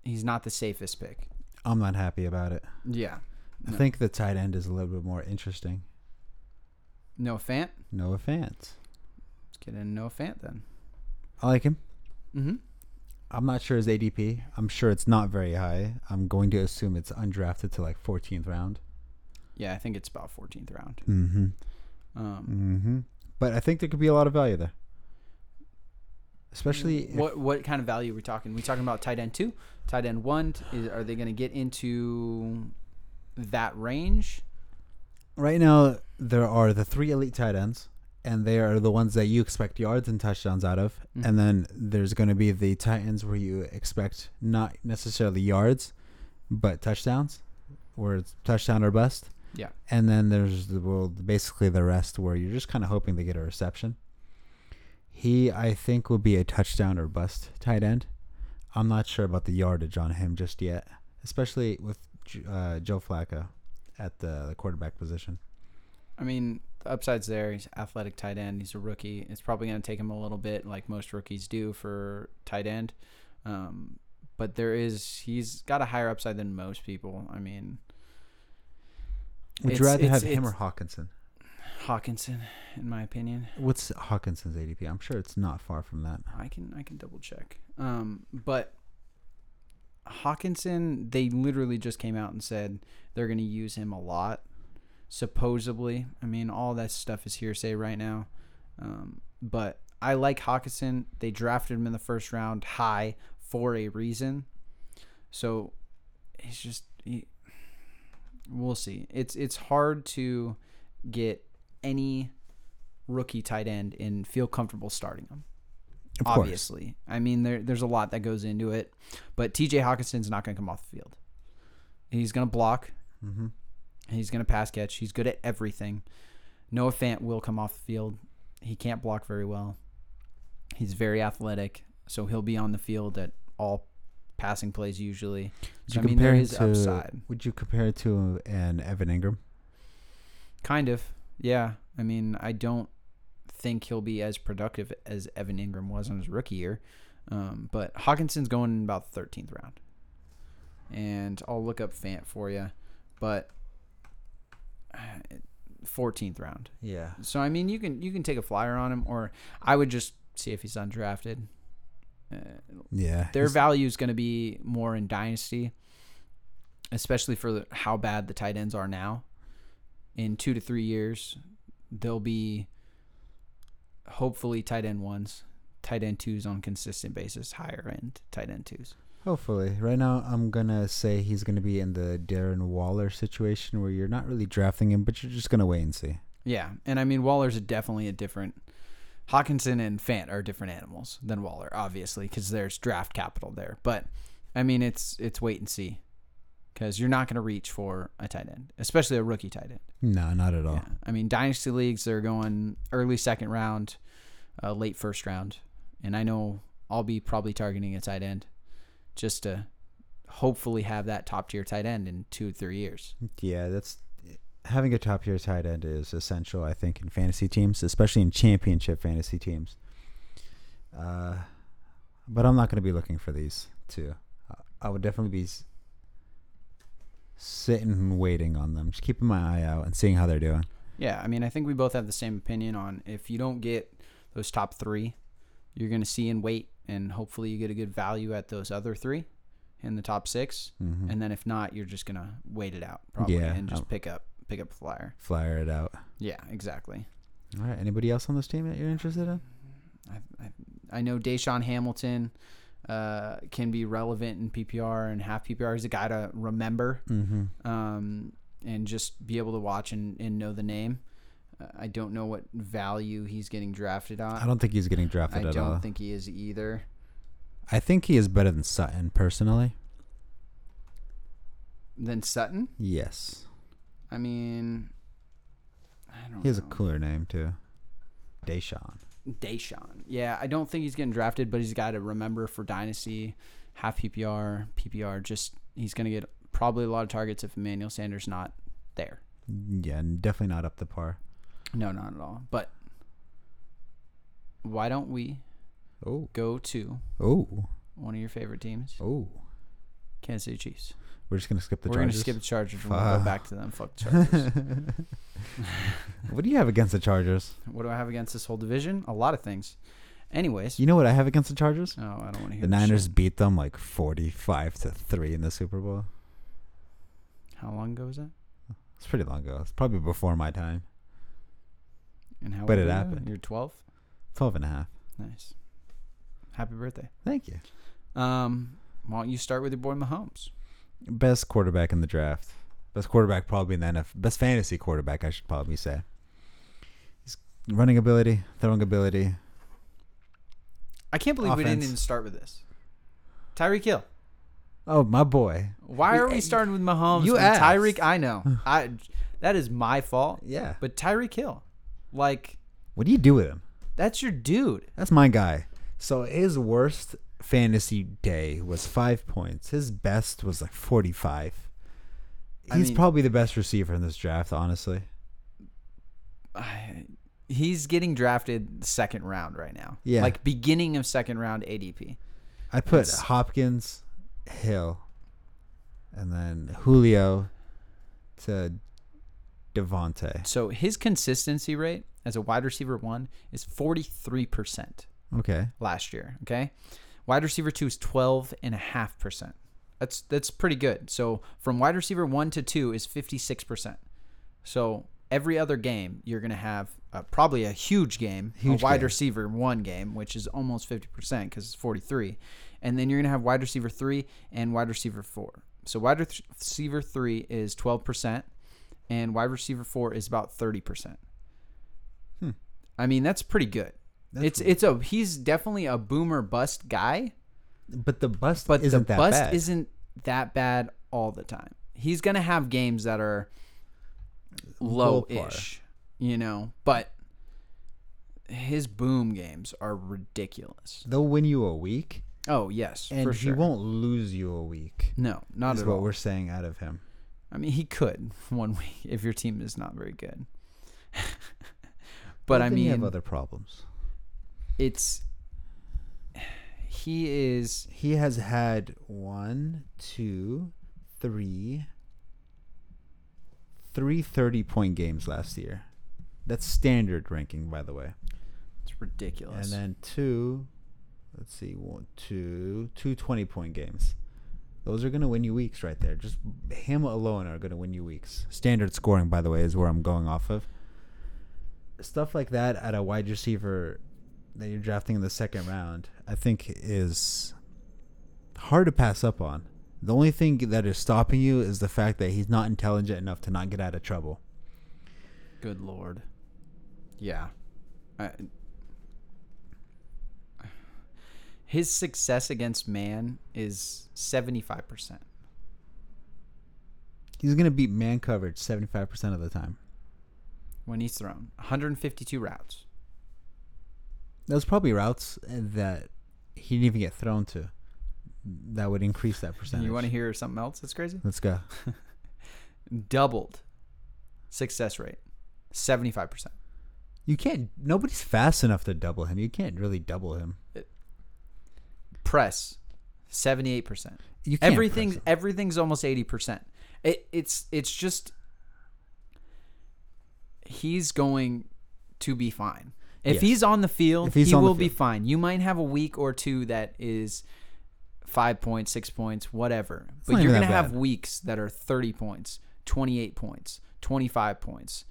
he's not the safest pick. I'm not happy about it. Yeah. I think the tight end is a little bit more interesting. No Fant. Noah Fant. Let's get in No Fant then. I like him. Mm-hmm. I'm not sure his ADP. I'm sure it's not very high. I'm going to assume it's undrafted to like 14th round. Yeah, I think it's about 14th round. Mm-hmm. Um, Mm-hmm. But I think there could be a lot of value there, especially if- Mm, what what kind of value are we talking? we talking about tight end two, tight end one? Is, are they going to get into that range? right now there are the three elite tight ends, and they are the ones that you expect yards and touchdowns out of. And then there's going to be the tight ends where you expect not necessarily yards, but touchdowns, where it's touchdown or bust. Yeah. And then there's the well, basically the rest where you're just kind of hoping they get a reception. He, I think, will be a touchdown or bust tight end. I'm not sure about the yardage on him just yet, especially with J- uh, Joe Flacco at the, the quarterback position. I mean, the upside's there. He's athletic tight end. He's a rookie. It's probably going to take him a little bit, like most rookies do for tight end. Um, but there is he's got a higher upside than most people. I mean, Would It's- you rather it's- have him or it's- Hawkinson? Hawkinson, in my opinion. What's Hawkinson's ADP? I'm sure it's not far from that. I can I can double check. Um, but Hawkinson, they literally just came out and said they're going to use him a lot. Supposedly, I mean, all that stuff is hearsay right now. Um, but I like Hawkinson. They drafted him in the first round high for a reason. So it's just he, we'll see. It's it's hard to get any rookie tight end and feel comfortable starting them. Of course. obviously, I mean there there's a lot that goes into it, but T.J. Hawkinson's not going to come off the field. He's going to block. Mm-hmm. He's going to pass catch. He's good at everything. Noah Fant will come off the field. He can't block very well. He's very athletic, so he'll be on the field at all passing plays usually. Would So, you I mean, there compare is it to, upside. Would you compare it to an Evan Ingram? Kind of. Yeah. I mean, I don't think he'll be as productive as Evan Ingram was in his rookie year. Um, but Hawkinson's going in about the 13th round. And I'll look up Fant for you. But uh, 14th round. Yeah. So I mean, you can you can take a flyer on him, or I would just see if he's undrafted. Yeah. Their he's- value is going to be more in dynasty, especially for the, how bad the tight ends are now. In two to three years, they'll be hopefully tight end ones, tight end twos on consistent basis, higher end tight end twos. hopefully. Right now, I'm going to say he's going to be in the Darren Waller situation where you're not really drafting him, but you're just going to wait and see. Yeah, and I mean Waller's a definitely a different. Hawkinson and Fant are different animals than Waller, obviously, because there's draft capital there. But I mean, it's it's wait and see, because you're not going to reach for a tight end, especially a rookie tight end. No, not at all. Yeah. I mean, dynasty leagues they're going early second round, uh, late first round, and I know I'll be probably targeting a tight end, just to hopefully have that top tier tight end in two three years. Yeah, that's having a top tier tight end is essential, I think, in fantasy teams, especially in championship fantasy teams. Uh, but I'm not going to be looking for these two. I- I would definitely be s- sitting and waiting on them, just keeping my eye out and seeing how they're doing. Yeah, I mean, I think we both have the same opinion on if you don't get those top three, you're going to see and wait, and hopefully you get a good value at those other three in the top 6 And then if not, you're just going to wait it out probably Yeah, and just um, pick up pick up the flyer. Flyer it out. Yeah, exactly. All right. Anybody else on this team that you're interested in? I, I, I know Deshaun Hamilton uh, can be relevant in PPR and half PPR. He's a guy to remember Mm-hmm. um, and just be able to watch and, and know the name. Uh, I don't know what value he's getting drafted on. I don't think he's getting I drafted at don't all. think he is either. I think he is better than Sutton personally. Then Sutton. Yes. I mean, I don't. He has a know. cooler name too. Deshaun. Deshaun. Yeah, I don't think he's getting drafted, but he's got to remember for dynasty, half PPR, PPR. Just he's gonna get probably a lot of targets if Emmanuel Sanders not there. Yeah, and definitely not up the par. No, not at all. But why don't we Oh, go to oh, one of your favorite teams, oh. Kansas City Chiefs? We're just gonna skip the We're Chargers. gonna skip the Chargers and we'll go Fuck. back to them. Fuck the Chargers. what do you have against the Chargers? what do I have against this whole division? A lot of things. Anyways, You know what I have against the Chargers? Oh, I don't want to hear The this Niners shit. beat them like forty-five to three in the Super Bowl. How long ago was that? It's pretty long ago. It's probably before my time. And how? But old it were you? happened. You're 12. Twelve and a half. Nice. Happy birthday. Thank you. Um, why don't you start with your boy Mahomes? Best quarterback in the draft. Best quarterback probably in the NFL. Best fantasy quarterback, I should probably say. His running ability, throwing ability. I can't believe we didn't Offense. even start with this. Tyreek Hill. Oh, my boy. Why are we starting with Mahomes? you when asked. Tyreek. I know. I. That is my fault. Yeah. But Tyreek Hill, like, What do you do with him? that's your dude. That's my guy. So his worst fantasy day was five points. His best was like forty-five. I He's mean- probably the best receiver in this draft, honestly. I- He's getting drafted second round right now. Yeah. Like beginning of second round ADP. I put It's- Hopkins, Hill, and then Julio to Devontae. So his consistency rate as a wide receiver one is 43%. Okay. last year. Okay. Wide receiver two is twelve and a half percent. That's that's pretty good. So from wide receiver one to two is fifty six percent. So every other game you're going to have uh, probably a huge game, a Huge wide game. receiver one game, which is almost 50% because it's 43. And then you're going to have wide receiver three and wide receiver four. So wide rec- receiver three is 12%, and wide receiver four is about 30%. I mean, that's pretty good. it's it's a he's definitely a boomer bust guy, But the bust but isn't the that bust bad. isn't that bad all the time. He's gonna have games that are low ish, you know, but his boom games are ridiculous. They'll win you a week, Oh yes, and for he sure. won't lose you a week. No, not is at what all. we're saying out of him. I mean, he could one week if your team is not very good. but I then you have mean, other problems. it's he is He has had one, two, three, three 30 point games last year. That's standard ranking, by the way. it's ridiculous. And then two, let's see, one, two, two 20 point games. Those are going to win you weeks right there. Just him alone are going to win you weeks. Standard scoring, by the way, is where I'm going off of. Stuff like that at a wide receiver that you're drafting in the second round, I think is hard to pass up on. The only thing that is stopping you is the fact that he's not intelligent enough to not get out of trouble. Good lord. Yeah. I, his success against man is 75%. He's going to beat man coverage 75% of the time. When he's thrown, 152 routes. There's probably routes uh, that he didn't even get thrown to that would increase that percentage. You want to hear something else that's crazy? Let's go. Doubled success rate, 75%. You can't. Nobody's fast enough to double him. You can't really double him. Press, 78%. You can't press everything's him. everything's almost 80% it, it's it's just he's going to be fine if Yes. he's on the field If he's he on the will be field. fine you might have a week or two that is five points six points whatever not but you're even gonna that have bad. weeks that are 30 points 28 points 25 points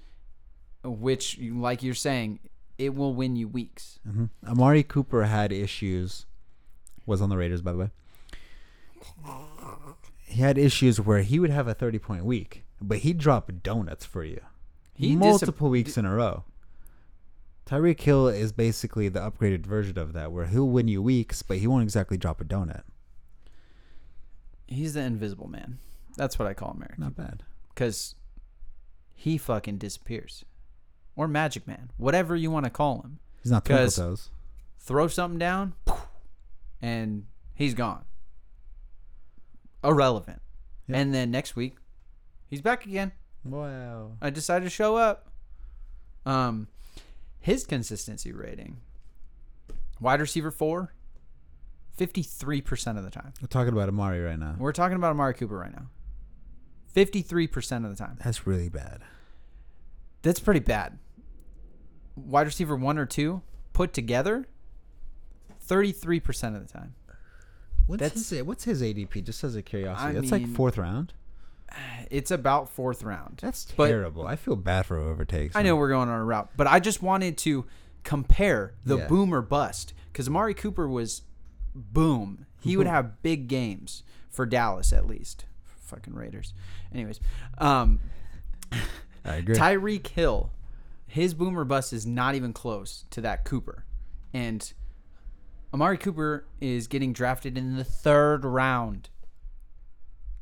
which like you're saying it will win you weeks Mm-hmm. Amari Cooper had issues. Was on the Raiders, by the way. He had issues where he would have a 30 point week, but he'd drop donuts for you. he disap- multiple weeks in a row. Tyreek Hill is basically the upgraded version of that, where he'll win you weeks, but he won't exactly drop a donut. he's the invisible man that's what i call him eric Not bad. because he fucking disappears. Or Magic Man, whatever you want to call him. He's not Twinkle 'Cause- Toes. Throw something down, and he's gone. Irrelevant. Yeah. And then next week, he's back again. Wow. I decided to show up. Um, his consistency rating, wide receiver four, 53% of the time. We're talking about Amari right now. We're talking about Amari Cooper right now. 53% of the time. That's really bad. That's pretty bad. Wide receiver one or two put together, thirty-three percent of the time. What's That's- his what's his ADP? Just as a curiosity, I that's like mean- fourth round. It's about fourth round. That's But- terrible. I feel bad for whoever takes. I him. know we're going on a route, but I just wanted to compare the Yeah. boom or bust because Amari Cooper was boom. He Mhm. would have big games for Dallas at least. Fucking Raiders. Anyways, um, I agree. Tyreek Hill, his boomer bust is not even close to that Cooper. And Amari Cooper is getting drafted in the third round,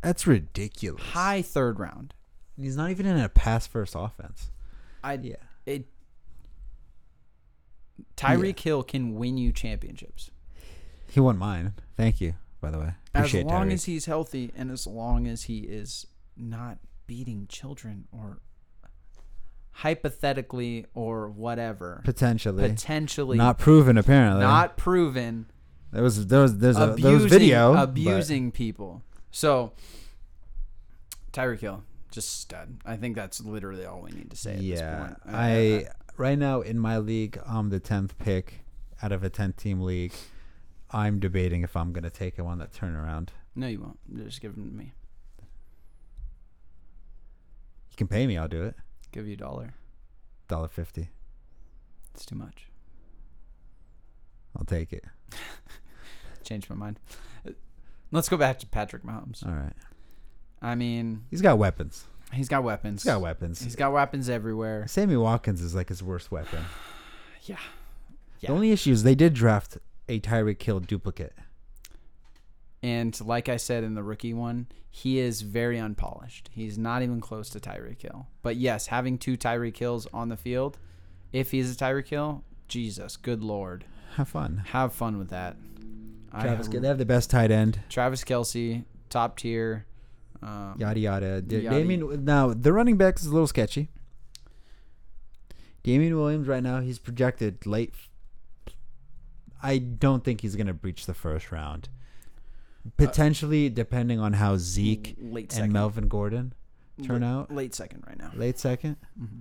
that's ridiculous. high third round. He's not even in a pass first offense. I Yeah. it Tyreek Hill can win you championships. He won mine. Thank you, by the way. Appreciate as long Tyreek. as he's healthy and as long as he is not beating children or hypothetically or whatever. potentially Potentially not proven apparently. not proven. there was there was there's a there abusing, was video but- abusing people. So Tyreek Hill, just stud. I think that's literally all we need to say. At this Yeah, point. Uh, I right now in my league, I'm the tenth pick out of a ten team league. I'm debating if I'm gonna take him on that turnaround. no, you won't. Just give them to me. You can pay me, I'll do it. Give you a dollar. Dollar fifty. It's too much. I'll take it. Changed my mind. Uh, Let's go back to Patrick Mahomes. All right. I mean, He's got weapons. he's got weapons. He's got weapons. He's got weapons everywhere. Sammy Watkins is like his worst weapon. Yeah. Yeah. The only issue is they did draft a Tyreek Hill duplicate. And like I said in the rookie one, he is very unpolished. He's not even close to Tyreek Hill. But yes, having two Tyreek Hills on the field, if he's a Tyreek Hill, Jesus, good lord. Have fun. Have fun with that. Travis, I, they have the best tight end. Travis Kelsey, top tier. Um, Yada yada. Da- Yada. Damien. Now the running backs is a little sketchy. Damien Williams right now he's projected late. I don't think he's gonna breach the first round. Potentially, depending on how Zeke Uh, late and second. Melvin Gordon turn out. Late second right now. late 2nd Mm-hmm.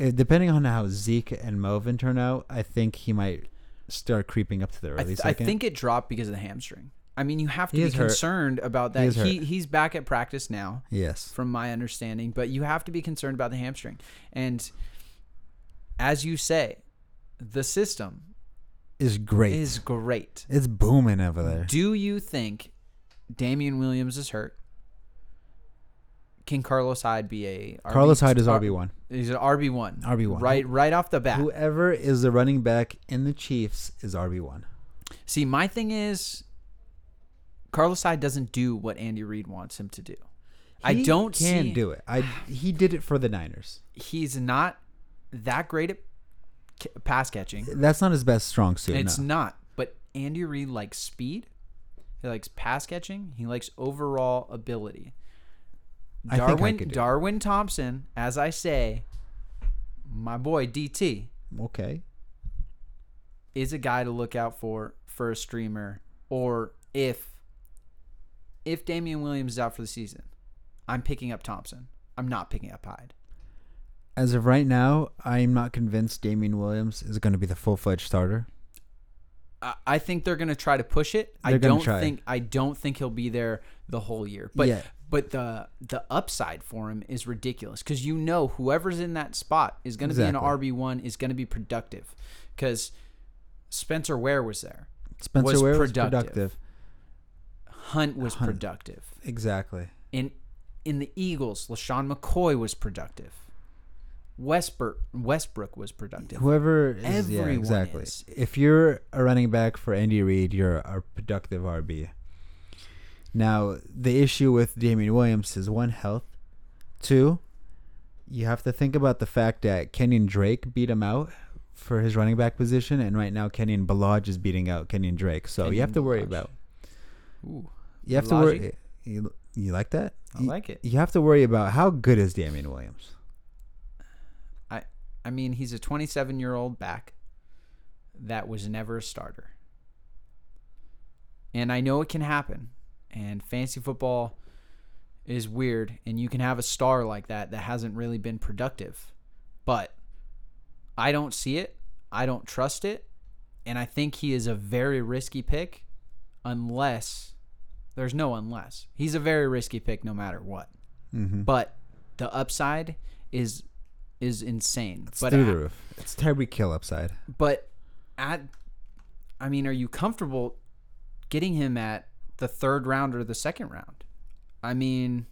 Uh, depending on how Zeke and Melvin turn out, I think he might start creeping up to the early I, th- I second. think it dropped because of the hamstring. I mean, you have to He be is hurt. concerned about that. is hurt. He, he's back at practice now. yes, from my understanding, but you have to be concerned about the hamstring. And as you say, the system is great. is great. it's booming over there. Do you think Damian Williams is hurt? Can Carlos Hyde be a RB? Carlos Hyde is R- RB one. He's an RB one. RB1. Right, right off the bat. Whoever is the running back in the Chiefs is RB one. See, my thing is, Carlos Hyde doesn't do what Andy Reid wants him to do. I don't can see, do it. I he did it for the Niners. He's not that great at ca- pass catching. That's not his best strong suit. It's no. not. But Andy Reid likes speed. He likes pass catching. He likes overall ability. I think I Darwin could do it. Darwin Thompson, as I say, my boy DT okay. is a guy to look out for for a streamer or if if Damian Williams is out for the season, I'm picking up Thompson. I'm not picking up Hyde. As of right now, I'm not convinced Damien Williams is going to be the full fledged starter. I- I think they're going to try to push it. I They're gonna don't try. think I don't think he'll be there the whole year. But Yeah. but the the upside for him is ridiculous cuz you know whoever's in that spot is going to be Exactly. an RB1 is going to be productive cuz Spencer Ware was there. Spencer Was Ware was productive. productive. Hunt was Hunt. productive. Exactly. In in the Eagles, LaShawn McCoy was productive. Westbrook Westbrook was productive. Whoever is, Everyone yeah, exactly. is. If you're a running back for Andy Reid, you're a productive RB. Now, the issue with Damian Williams is one, health. Two, you have to think about the fact that Kenyon Drake beat him out for his running back position, and right now Kenyon Balaj is beating out Kenyon Drake. So you Kenyon have to worry Balaj. about. Oh Ooh, You have Balaji? to worry. You, you like that? I You- like it. You have to worry about how good is Damian Williams. I I mean he's a 27 year old back that was never a starter, and I know it can happen. And fantasy football is weird, and you can have a star like that that hasn't really been productive, but I don't see it. I don't trust it, and I think he is a very risky pick, unless there's no unless he's a very risky pick no matter what. Mm-hmm. But the upside is is insane. It's but through at- the roof. It's Tyreek Kill upside. but at I mean, are you comfortable getting him at the third round or the second round? I mean,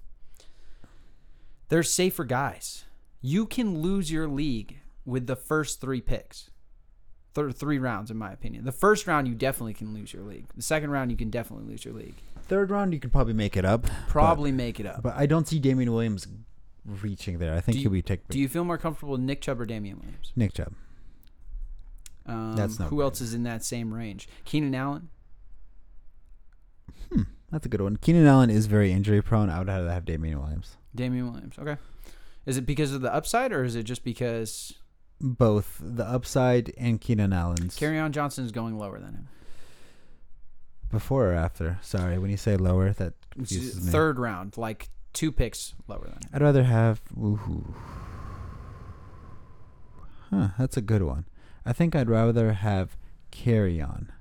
there's safer guys. You can lose your league with the first three picks. Th- three rounds, in my opinion. The first round, you definitely can lose your league. The second round, you can definitely lose your league. Third round, you could probably make it up. Probably make it up. But I don't see Damian Williams reaching there. I think Do he'll you- be taken. Do you feel more comfortable with Nick Chubb or Damian Williams? Nick Chubb. Um, That's not who bad. else is in that same range? Keenan Allen. That's a good one. Keenan Allen is very injury prone. I would rather have Damian Williams. Damian Williams. Okay. Is it because of the upside or is it just because Both the upside and Keenan Allen's. Carryon Johnson is going lower than him? Before or after? Sorry, when you say lower, that It's confuses me. Third round, like two picks lower than him. I'd rather have. Woohoo. Huh, that's a good one. I think I'd rather have carry on.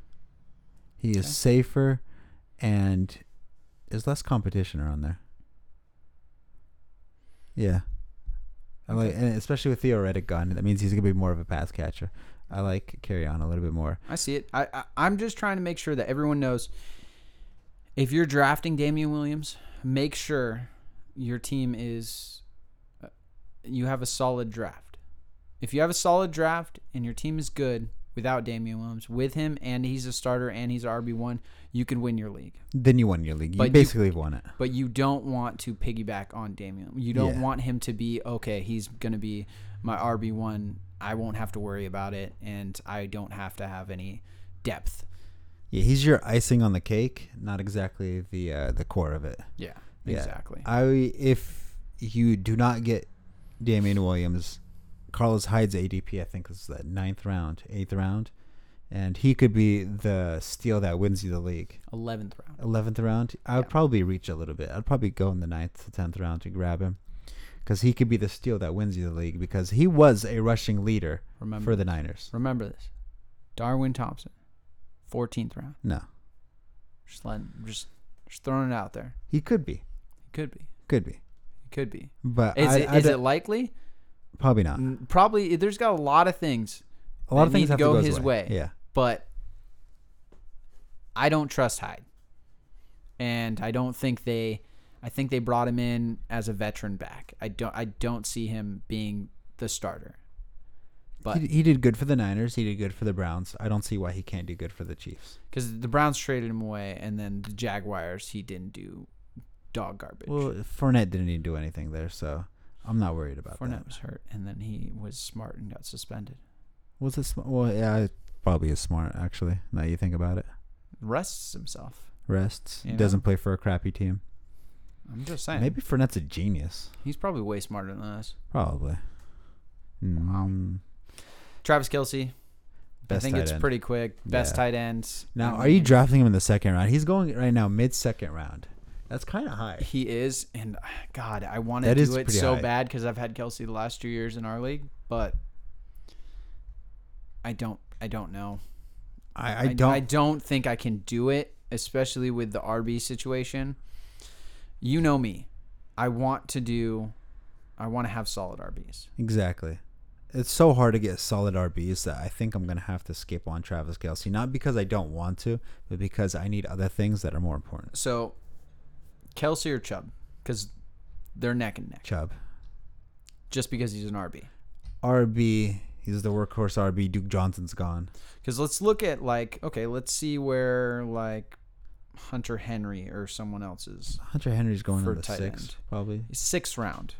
He is Okay. safer and there's less competition around there. Yeah. I like, and especially with Theo Reddick gone, that means he's gonna be more of a pass catcher. I like carry on a little bit more. I see it. I, I I'm just trying to make sure that everyone knows. If you're drafting Damian Williams, make sure your team is uh, you have a solid draft. If you have a solid draft and your team is good without Damian Williams, with him and he's a starter and he's RB one, you can win your league. Then you won your league. You But you- basically won it. But you don't want to piggyback on Damian. You don't Yeah. want him to be okay. He's going to be my RB one. I won't have to worry about it, and I don't have to have any depth. Yeah, he's your icing on the cake, not exactly the uh, the core of it. Yeah, Yeah. exactly. I if you do not get Damian Williams, Carlos Hyde's ADP I think is the ninth round, eighth round, and he could be the steal that wins you the league. Eleventh round. Eleventh round, I would probably reach a little bit. I'd probably go in the ninth to tenth round to grab him, because he could be the steal that wins you the league. Because he was a rushing leader Remember for the Niners. Remember this. Darwin Thompson, 14th round. No, Just letting, just, just throwing it out there. he could be, He could be. could be, He could be. but Is, I, it, I Uh. is don't- it likely? probably not. N- Probably. There's got a lot of things, A lot that of things need have to to go go his way. Yeah, but I don't trust Hyde. And I don't think they. I think they brought him in as a veteran back. I don't. I don't see him being the starter. But he, he did good for the Niners. He did good for the Browns. I don't see why he can't do good for the Chiefs. because the Browns traded him away, and then the Jaguars, he didn't do dog garbage. Well, Fournette didn't even do anything there, so I'm not worried about Fournette that. was hurt, and then he was smart and got suspended. Was it? Sm- well, yeah, it probably is smart actually. Now you think about it, Rests himself. rests. You know? Doesn't play for a crappy team. I'm just saying. Maybe Fournette's a genius. He's probably way smarter than us. Probably. Mm, Travis Kelsey. Um, I Best think tight it's end. pretty quick. Best Yeah. tight ends. Now, I are you mean, drafting him in the second round? He's going right now mid second round. That's kind of high. He is, and uh, God, I want to That is do it pretty so high. bad because I've had Kelsey the last two years in our league, but I don't. I don't know. I, I don't. I don't think I can do it, especially with the RB situation. You know me. I want to do. I want to have solid RBs. Exactly. It's so hard to get solid RBs that I think I'm going to have to skip on Travis Kelsey. Not because I don't want to, but because I need other things that are more important. So, Kelsey or Chubb, because they're neck and neck. Chubb. Just because he's an RB. RB, he's the workhorse RB. Duke Johnson's gone. Because let's look at like okay, let's see where like Hunter Henry or someone else's Hunter Henry's going For in the tight sixth, end. probably. sixth round.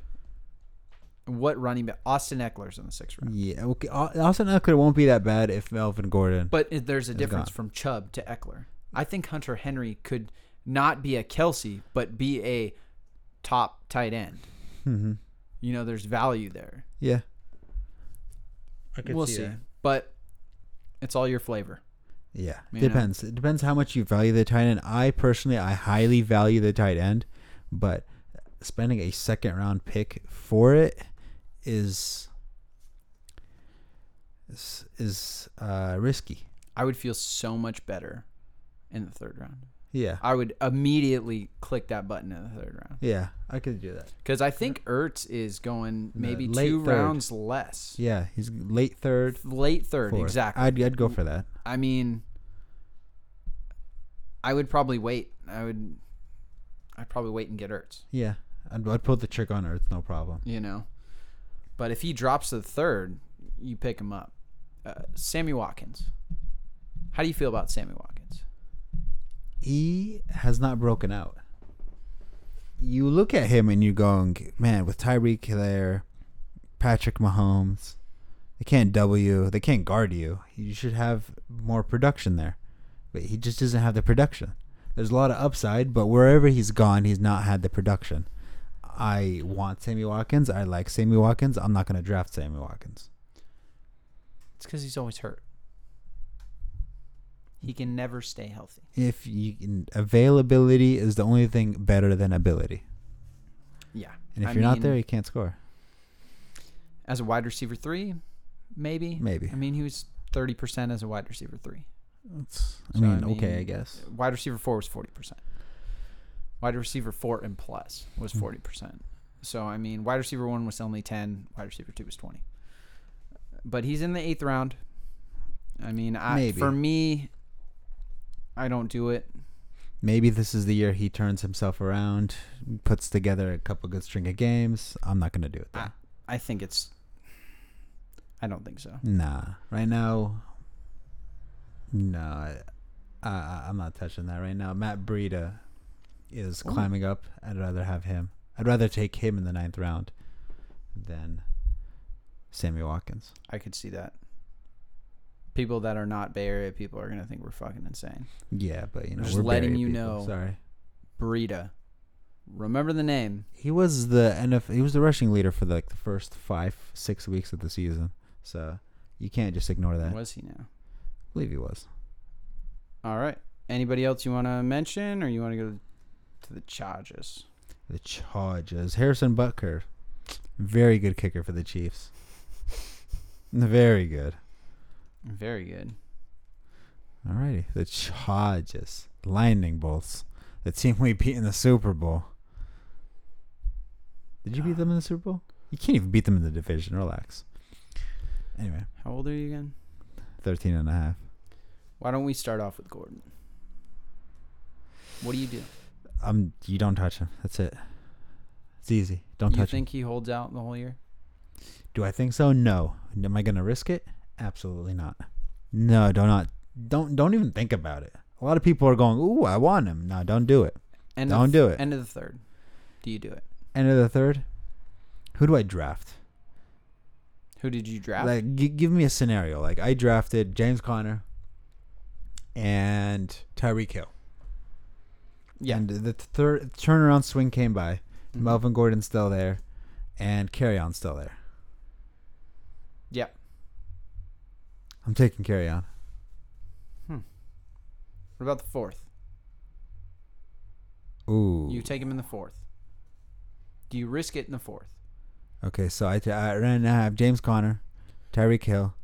What running back? Austin Eckler's in the sixth round. Yeah, okay. Au- Austin Eckler won't be that bad if Melvin Gordon. But it- there's a difference gone. from Chubb to Eckler. I think Hunter Henry could not be a Kelsey, but be a top tight end. Mhm. You know, there's value there. yeah. I we'll see. But it's all your flavor. Yeah, You know? depends. It depends how much you value the tight end. I personally, I highly value the tight end, but spending a second round pick for it is is, is uh, risky. I would feel so much better in the third round. Yeah, I would immediately click that button in the third round yeah, I could do that. because I think Ertz is going maybe late two third. rounds less, Yeah, he's late third, late third fourth. exactly. I'd I'd go for that. I mean, I would probably wait. I would, I'd probably wait and get Ertz. Yeah, I'd, I'd pull the trick on Earth, no problem. You know, but if he drops to the third, you pick him up. Uh, Sammy Watkins. How do you feel about Sammy Watkins? he E has not broken out. You look at him and you're going, man, with Tyreek there, Patrick Mahomes, they can't double you, they can't guard you. You should have more production there. But he just doesn't have the production. There's a lot of upside, but wherever he's gone, he's not had the production. I want Sammy Watkins. I like Sammy Watkins. I'm not going to draft Sammy Watkins. It's because he's always hurt. He can never stay healthy. If you can, availability is the only thing better than ability. Yeah. And if I you're not mean, there, you can't score. as a wide receiver three, maybe. Maybe. I mean, he was thirty percent as a wide receiver three. That's, I, So, I mean, okay, mean, I guess. Wide Hmm. receiver four was forty percent. Wide receiver four and plus was forty percent. So I mean, wide receiver one was only ten. Wide receiver two was twenty. But he's in the eighth round. I mean, I, Maybe. for me, I don't do it. Maybe this is the year he turns himself around, puts together a couple good string of games. I'm not gonna do it. Though. I, I think it's. I don't think so. Nah, right now. No, I, I, I'm not touching that right now. Matt Breida is climbing up. I'd rather have him. I'd rather take him in the ninth round than Sammy Watkins. I could see that. People that are not Bay Area people are gonna think we're fucking insane. Yeah, but you know, Just we're letting Barry you people. know. Sorry, Burita. Remember the name. he was the NFL. He was the rushing leader for like the first five, six weeks of the season. So you can't just ignore that. Was he now? I believe he was. All right. Anybody else you want to mention, or you want to go to the Chargers? The Chargers. Harrison Butker. Very good kicker for the Chiefs. Very good. Very good. Alrighty. The Chargers. Lightning bolts. The team we beat in the Super Bowl. Did you beat them in the Super Bowl? You can't even beat them in the division. Relax. Anyway, How old are you again? 13 and a half. Why don't we start off with Gordon? What do you do? Um, you don't touch him. That's it. It's easy. Don't you touch think he holds out the whole year? him. Do I think so? No. Am I gonna risk it? Absolutely not. No, do not. Don't don't even think about it. A lot of people are going, "Ooh, I want him." No, don't do it. End Don't of, do it. End of the third. Do you do it? End of the third. Who do I draft? Who did you draft? Like, g- give me a scenario. Like, I drafted James Conner and Tyreek Hill. yeah. Mm-hmm. And the th- third turnaround swing came by. Melvin Gordon's still there, and Carry On's still there. yeah. I'm taking Carry On. What about the fourth? Ooh. You take him in the fourth. Do you risk it in the fourth? Okay, so I, t- I right now I have James Conner, Tyreek Hill,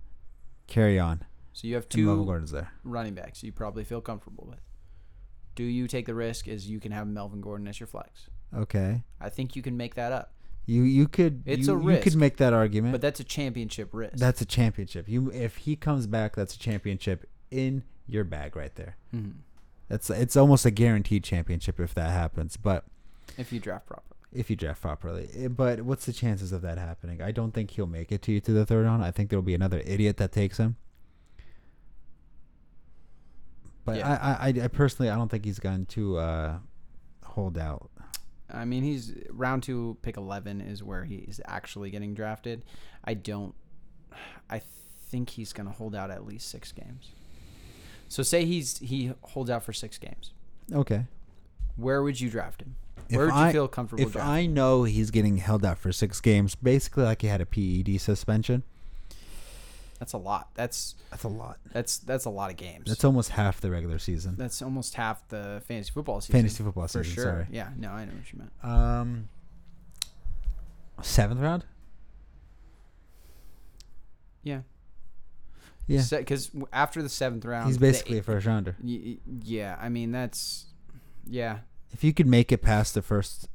carry on, So you have and Melvin two Gordon's there. running backs you probably feel comfortable with. Do you take the risk as you can have Melvin Gordon as your flex? Okay, I think you can make that up. you you could It's you, a You risk, could make that argument, But that's a championship risk. that's a championship. You if he comes back, that's a championship in your bag right there. Mhm. That's it's almost a guaranteed championship if that happens. But if you draft properly. if you draft properly, Eh, but what's the chances of that happening? I don't think he'll make it to you to the third round. I think there'll be another idiot that takes him. But Yeah. I, I, I- I personally, I don't think he's going to uh, hold out. I mean, he's round two, pick 11 is where he's actually getting drafted. I don't, I think he's going to hold out at least six games. So say he's he holds out for six games. Okay. Where would you draft him? If Where would you I- feel comfortable If drafting? I know he's getting held out for six games, basically like he had a PED suspension, that's a lot. That's that's a lot. that's that's a lot of games. That's almost half the regular season. that's almost half the fantasy football season. Fantasy football for season. sure. Sorry. Yeah, no, I know what you meant. Um, seventh round. Yeah, Yeah, Because after the seventh round, he's the basically a eight- first rounder. y- y- yeah. I mean, that's yeah. if you could make it past the first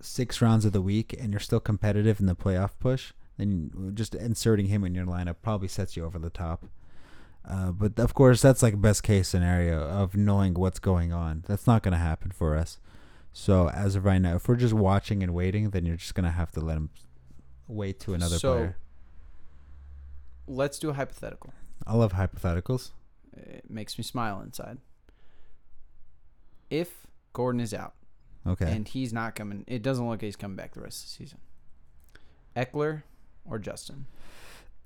six rounds of the week and you're still competitive in the playoff push, then just inserting him in your lineup probably sets you over the top. Uh, but of course, that's like best case scenario of knowing what's going on. That's not going to happen for us. So as of right now, if we're just watching and waiting, then you're just going to have to let him wait to another So- player. Let's do a hypothetical. I love hypotheticals. It makes me smile inside. If Gordon is out Okay. and he's not coming, it doesn't look like he's coming back the rest of the season. Eckler or Justin?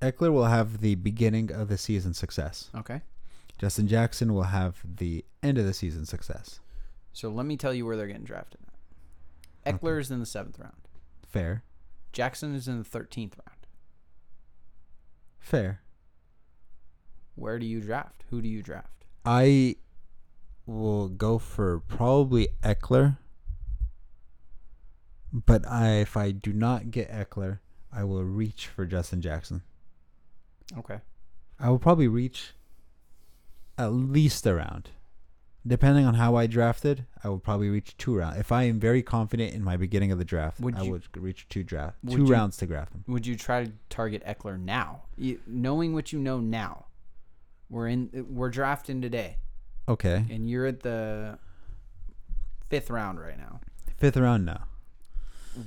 Eckler will have the beginning of the season success. Okay. Justin Jackson will have the end of the season success. So let me tell you where they're getting drafted. At. Eckler is in the seventh round. Fair. Jackson is in the thirteenth round. Fair. Where do you draft? Who do you draft? I will go for probably Eckler. But I, if I do not get Eckler, I will reach for Justin Jackson. Okay. I will probably reach at least around. depending on how I drafted, I would probably reach two rounds. If I am very confident in my beginning of the draft, Would I you- would reach two draft would two you- rounds to draft him. Would you try to target Eckler now, you, knowing what you know now? We're in. We're drafting today, Okay, and you're at the fifth round right now. fifth round now.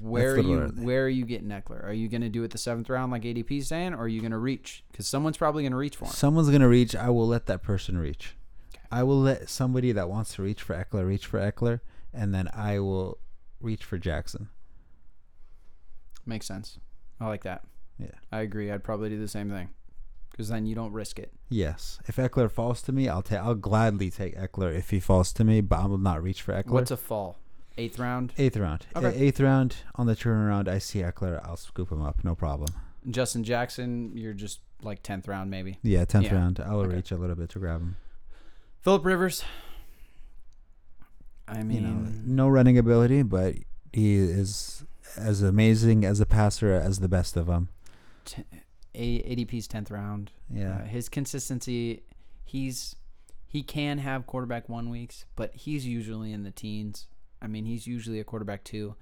Where are That's a you? little early. Where are you getting Eckler? Are you going to do it the seventh round like ADP's saying, or are you going to reach? Because someone's probably going to reach for him. Someone's gonna reach. I will let that person reach. I will let somebody that wants to reach for Eckler reach for Eckler, and then I will reach for Jackson. Makes sense. I like that. Yeah. I agree. I'd probably do the same thing, because then you don't risk it. Yes. If Eckler falls to me, I'll take. I'll gladly take Eckler if he falls to me, but I will not reach for Eckler. What's a fall? Eighth round. eighth round? Okay. E- Eighth round on the turnaround. I see Eckler. I'll scoop him up. No problem. Justin Jackson. You're just like tenth round maybe. Yeah, tenth Yeah. round. I will Okay. reach a little bit to grab him. Philip Rivers. I mean, you know, no running ability, but he is as amazing as a passer as the best of them. t- A- ADP's tenth round. Yeah. Uh, his consistency. He's he can have quarterback one weeks, but he's usually in the teens. I mean, he's usually a quarterback two,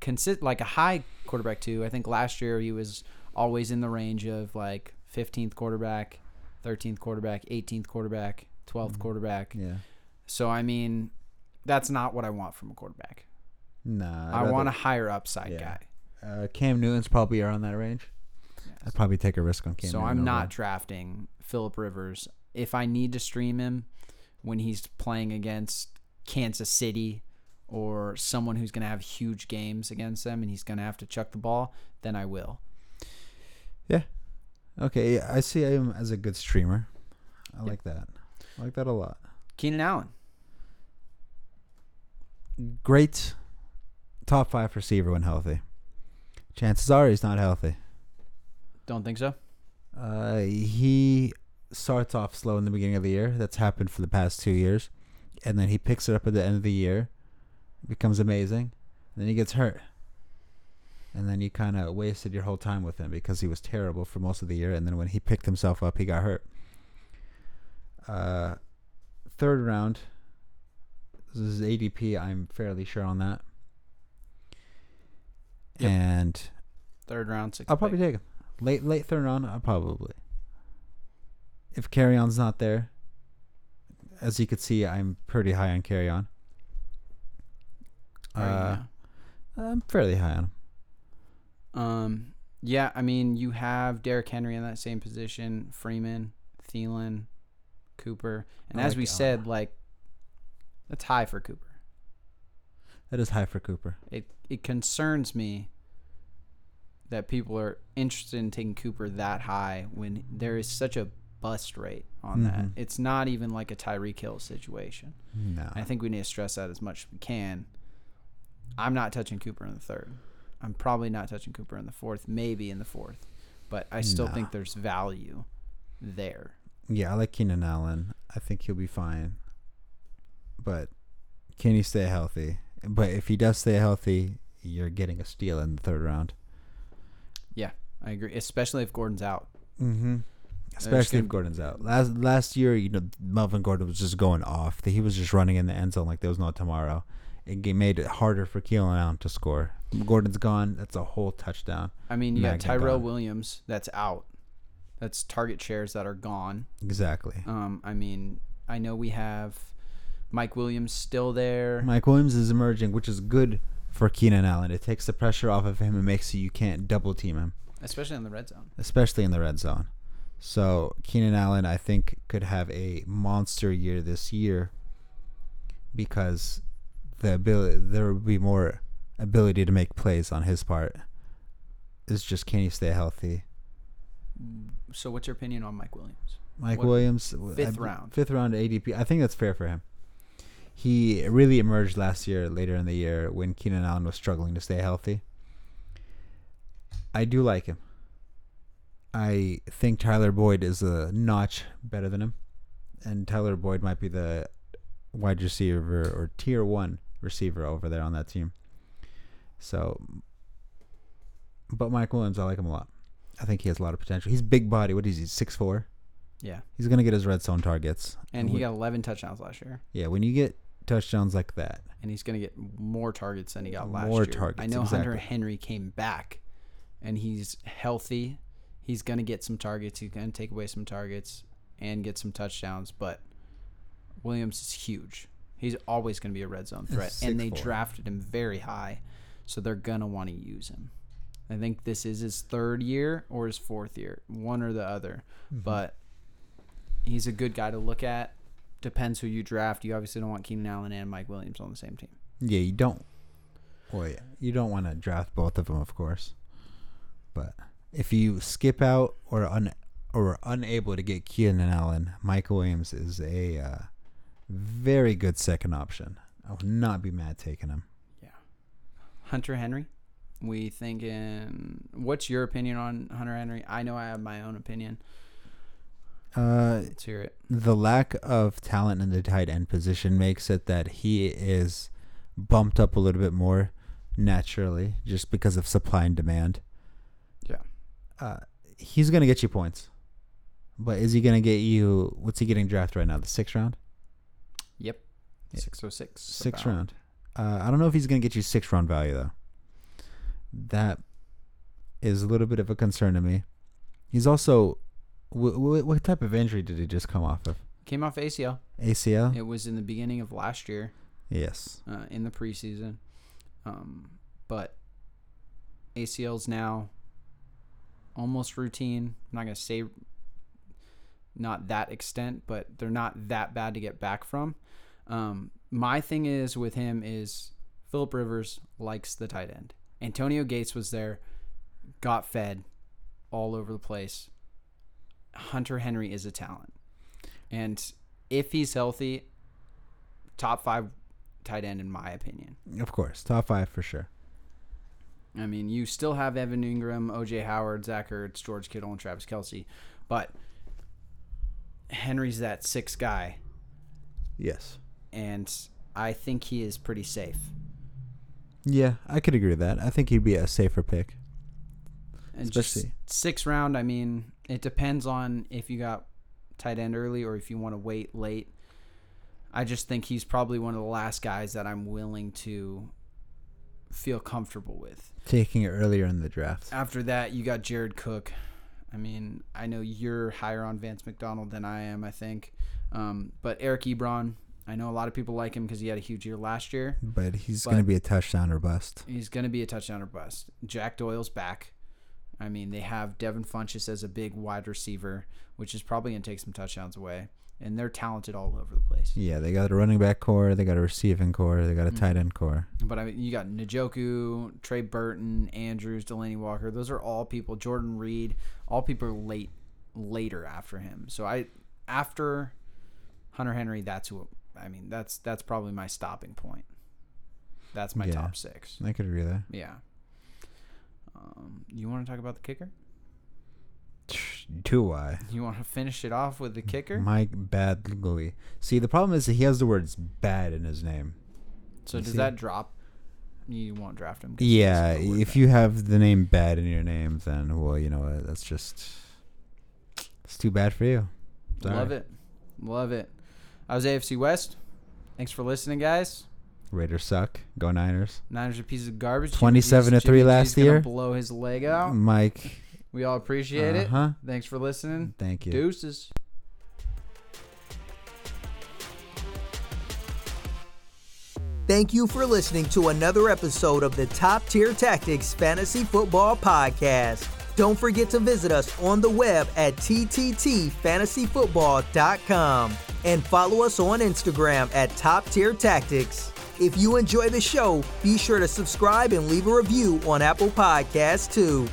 consist like a high quarterback two. I think last year he was always in the range of like fifteenth quarterback, thirteenth quarterback, eighteenth quarterback, 12th quarterback. Mm-hmm. Yeah. So I mean, that's not what I want from a quarterback. Nah. I'd I rather- want a higher upside Yeah. guy. Uh, Cam Newton's probably around that range. I'd probably take a risk on Cam. so Newton I'm over not him. drafting Philip Rivers. If I need to stream him when he's playing against Kansas City or someone who's going to have huge games against them and he's going to have to chuck the ball, then I will. Okay, yeah, I see him as a good streamer. I like that. I like that a lot. Keenan Allen. Great top five receiver when healthy. Chances are he's not healthy. Don't think so. Uh, he starts off slow in the beginning of the year. That's happened for the past two years, and then he picks it up at the end of the year, becomes amazing, and then he gets hurt, and then you kind of wasted your whole time with him because he was terrible for most of the year, and then when he picked himself up, he got hurt. Uh, third round. This is ADP. I'm fairly sure on that. Yep. And Third round, six. I'll probably take him. Late late third round, I'll probably. If carry on's not there, as you could see, I'm pretty high on carry on. Uh, I'm fairly high on him. Um, yeah, I mean, you have Derrick Henry in that same position, Freeman, Thielen, Cooper. And I as like we Allen. said, like, that's high for Cooper. That is high for Cooper. it it concerns me that people are interested in taking Cooper that high when there is such a bust rate on that. Mhm. It's not even like a Tyreek Hill situation. No. I think we need to stress that as much as we can. I'm not touching Cooper in the third. I'm probably not touching Cooper in the fourth, maybe in the fourth, but I still Nah. think there's value there. Yeah, I like Keenan Allen. I think he'll be fine. But can he stay healthy? But if he does stay healthy, you're getting a steal in the third round. Yeah, I agree, especially if Gordon's out. Mm-hmm. Especially gonna- if Gordon's out. Last last year, you know, Melvin Gordon was just going off. He was just running in the end zone like there was no tomorrow. It ga- made it harder for Keelan Allen to score. Gordon's gone. That's a whole touchdown. I mean, you got Magna Tyrell God. Williams that's out. That's target shares that are gone. Exactly. Um, I mean, I know we have Mike Williams still there. Mike Williams is emerging, which is good for Keenan Allen. It takes the pressure off of him and makes it you can't double team him, especially in the red zone. especially in the red zone. So Keenan Allen, I think, could have a monster year this year because the ability there will be more ability to make plays on his part. It's just can he stay healthy? So, what's your opinion on Mike Williams? Mike What- Williams, w- fifth b- round. fifth round ADP. I think that's fair for him. He really emerged last year, later in the year, when Keenan Allen was struggling to stay healthy. I do like him. I think Tyler Boyd is a notch better than him, and Tyler Boyd might be the wide receiver or tier one receiver over there on that team. So, but Mike Williams, I like him a lot. I think he has a lot of potential. He's big body. What is he? Six four. Yeah, He's gonna get his red zone targets. and he when- got 11 touchdowns last year, yeah. When you get touchdowns like that, and he's going to get more targets than he got last More year. I targets, know Hunter exactly. Henry came back, and he's healthy. He's going to get some targets. He's going to take away some targets and get some touchdowns. But Williams is huge. He's always going to be a red zone threat, and they 6'4". drafted him very high, so they're going to want to use him. I think this is his third year or his fourth year, one or the other. Mm-hmm. But he's a good guy to look at. Depends who you draft. You obviously don't want Keenan Allen and Mike Williams on the same team. yeah, you don't. Well, yeah, you don't want to draft both of them, of course. But if you skip out or un or are unable to get Keenan Allen, Mike Williams is a uh, very good second option. I would not be mad taking him. Yeah. Hunter Henry. We thinking what's your opinion on Hunter Henry? I know I have my own opinion. Uh, Let's hear it. the lack of talent in the tight end position makes it that he is bumped up a little bit more naturally just because of supply and demand. Yeah. Uh, he's going to get you points. But is he going to get you? What's he getting drafted right now? The sixth round? Yep. Yeah. Six oh six. Sixth round. Uh, I don't know if he's going to get you sixth round value, though. That is a little bit of a concern to me. He's also. Wh- wh- what type of injury did he just come off of? Came off ACL. ACL? It was in the beginning of last year, Yes. uh, in the preseason. Um, but ACLs now almost routine. I'm not gonna say not that extent, but they're not that bad to get back from. Um, my thing is with him is Philip Rivers likes the tight end. Antonio Gates was there, got fed all over the place. Hunter Henry is a talent. And if he's healthy, top five tight end in my opinion. Of course, top five for sure. I mean, you still have Evan Ingram, OJ Howard, Zach Ertz, George Kittle, and Travis Kelsey, but Henry's that sixth guy, Yes. and I think he is pretty safe. Yeah, I could agree with that. I think he'd be a safer pick. And just Especially- sixth round, I mean, it depends on if you got tight end early or if you want to wait late. I just think he's probably one of the last guys that I'm willing to feel comfortable with. Taking it earlier in the draft. After that, you got Jared Cook. I mean, I know you're higher on Vance McDonald than I am, I think. Um, but Eric Ebron, I know a lot of people like him because he had a huge year last year. But he's But- going to be a touchdown or bust. He's going to be a touchdown or bust. Jack Doyle's back. I mean, they have Devin Funches as a big wide receiver, which is probably going to take some touchdowns away. And they're talented all over the place. Yeah, they got a running back core, they got a receiving core, they Mm. got a tight end core. But I mean, you got Njoku, Trey Burton, Andrews, Delaney Walker. Those are all people. Jordan Reed, all people are late later after him. So I after Hunter Henry, that's who I mean. That's that's probably my stopping point. That's my Yeah. top six. I could agree with Yeah. Um, you want to talk about the kicker? that. Do I? You want to finish it off with the kicker? Mike Badgley. See, the problem is that he has the words bad in his name. so you does see- that drop? You won't draft him. 'cause he Yeah, doesn't know where if that- you have the name bad in your name, then, well, you know what? That's just. It's too bad for you. Sorry. Love it. Love it. I was AFC West. Thanks for listening, guys. Raiders suck. Go Niners. Niners are pieces of garbage. 27 to three last gonna year. Blow his leg out. Mike, We all appreciate Uh-huh. it. Thanks for listening. thank you. Deuces. Thank you for listening to another episode of the Top Tier Tactics Fantasy Football Podcast. Don't forget to visit us on the web at tttfantasyfootball.com and follow us on Instagram at Top Tier Tactics. If you enjoy the show, be sure to subscribe and leave a review on Apple Podcasts too.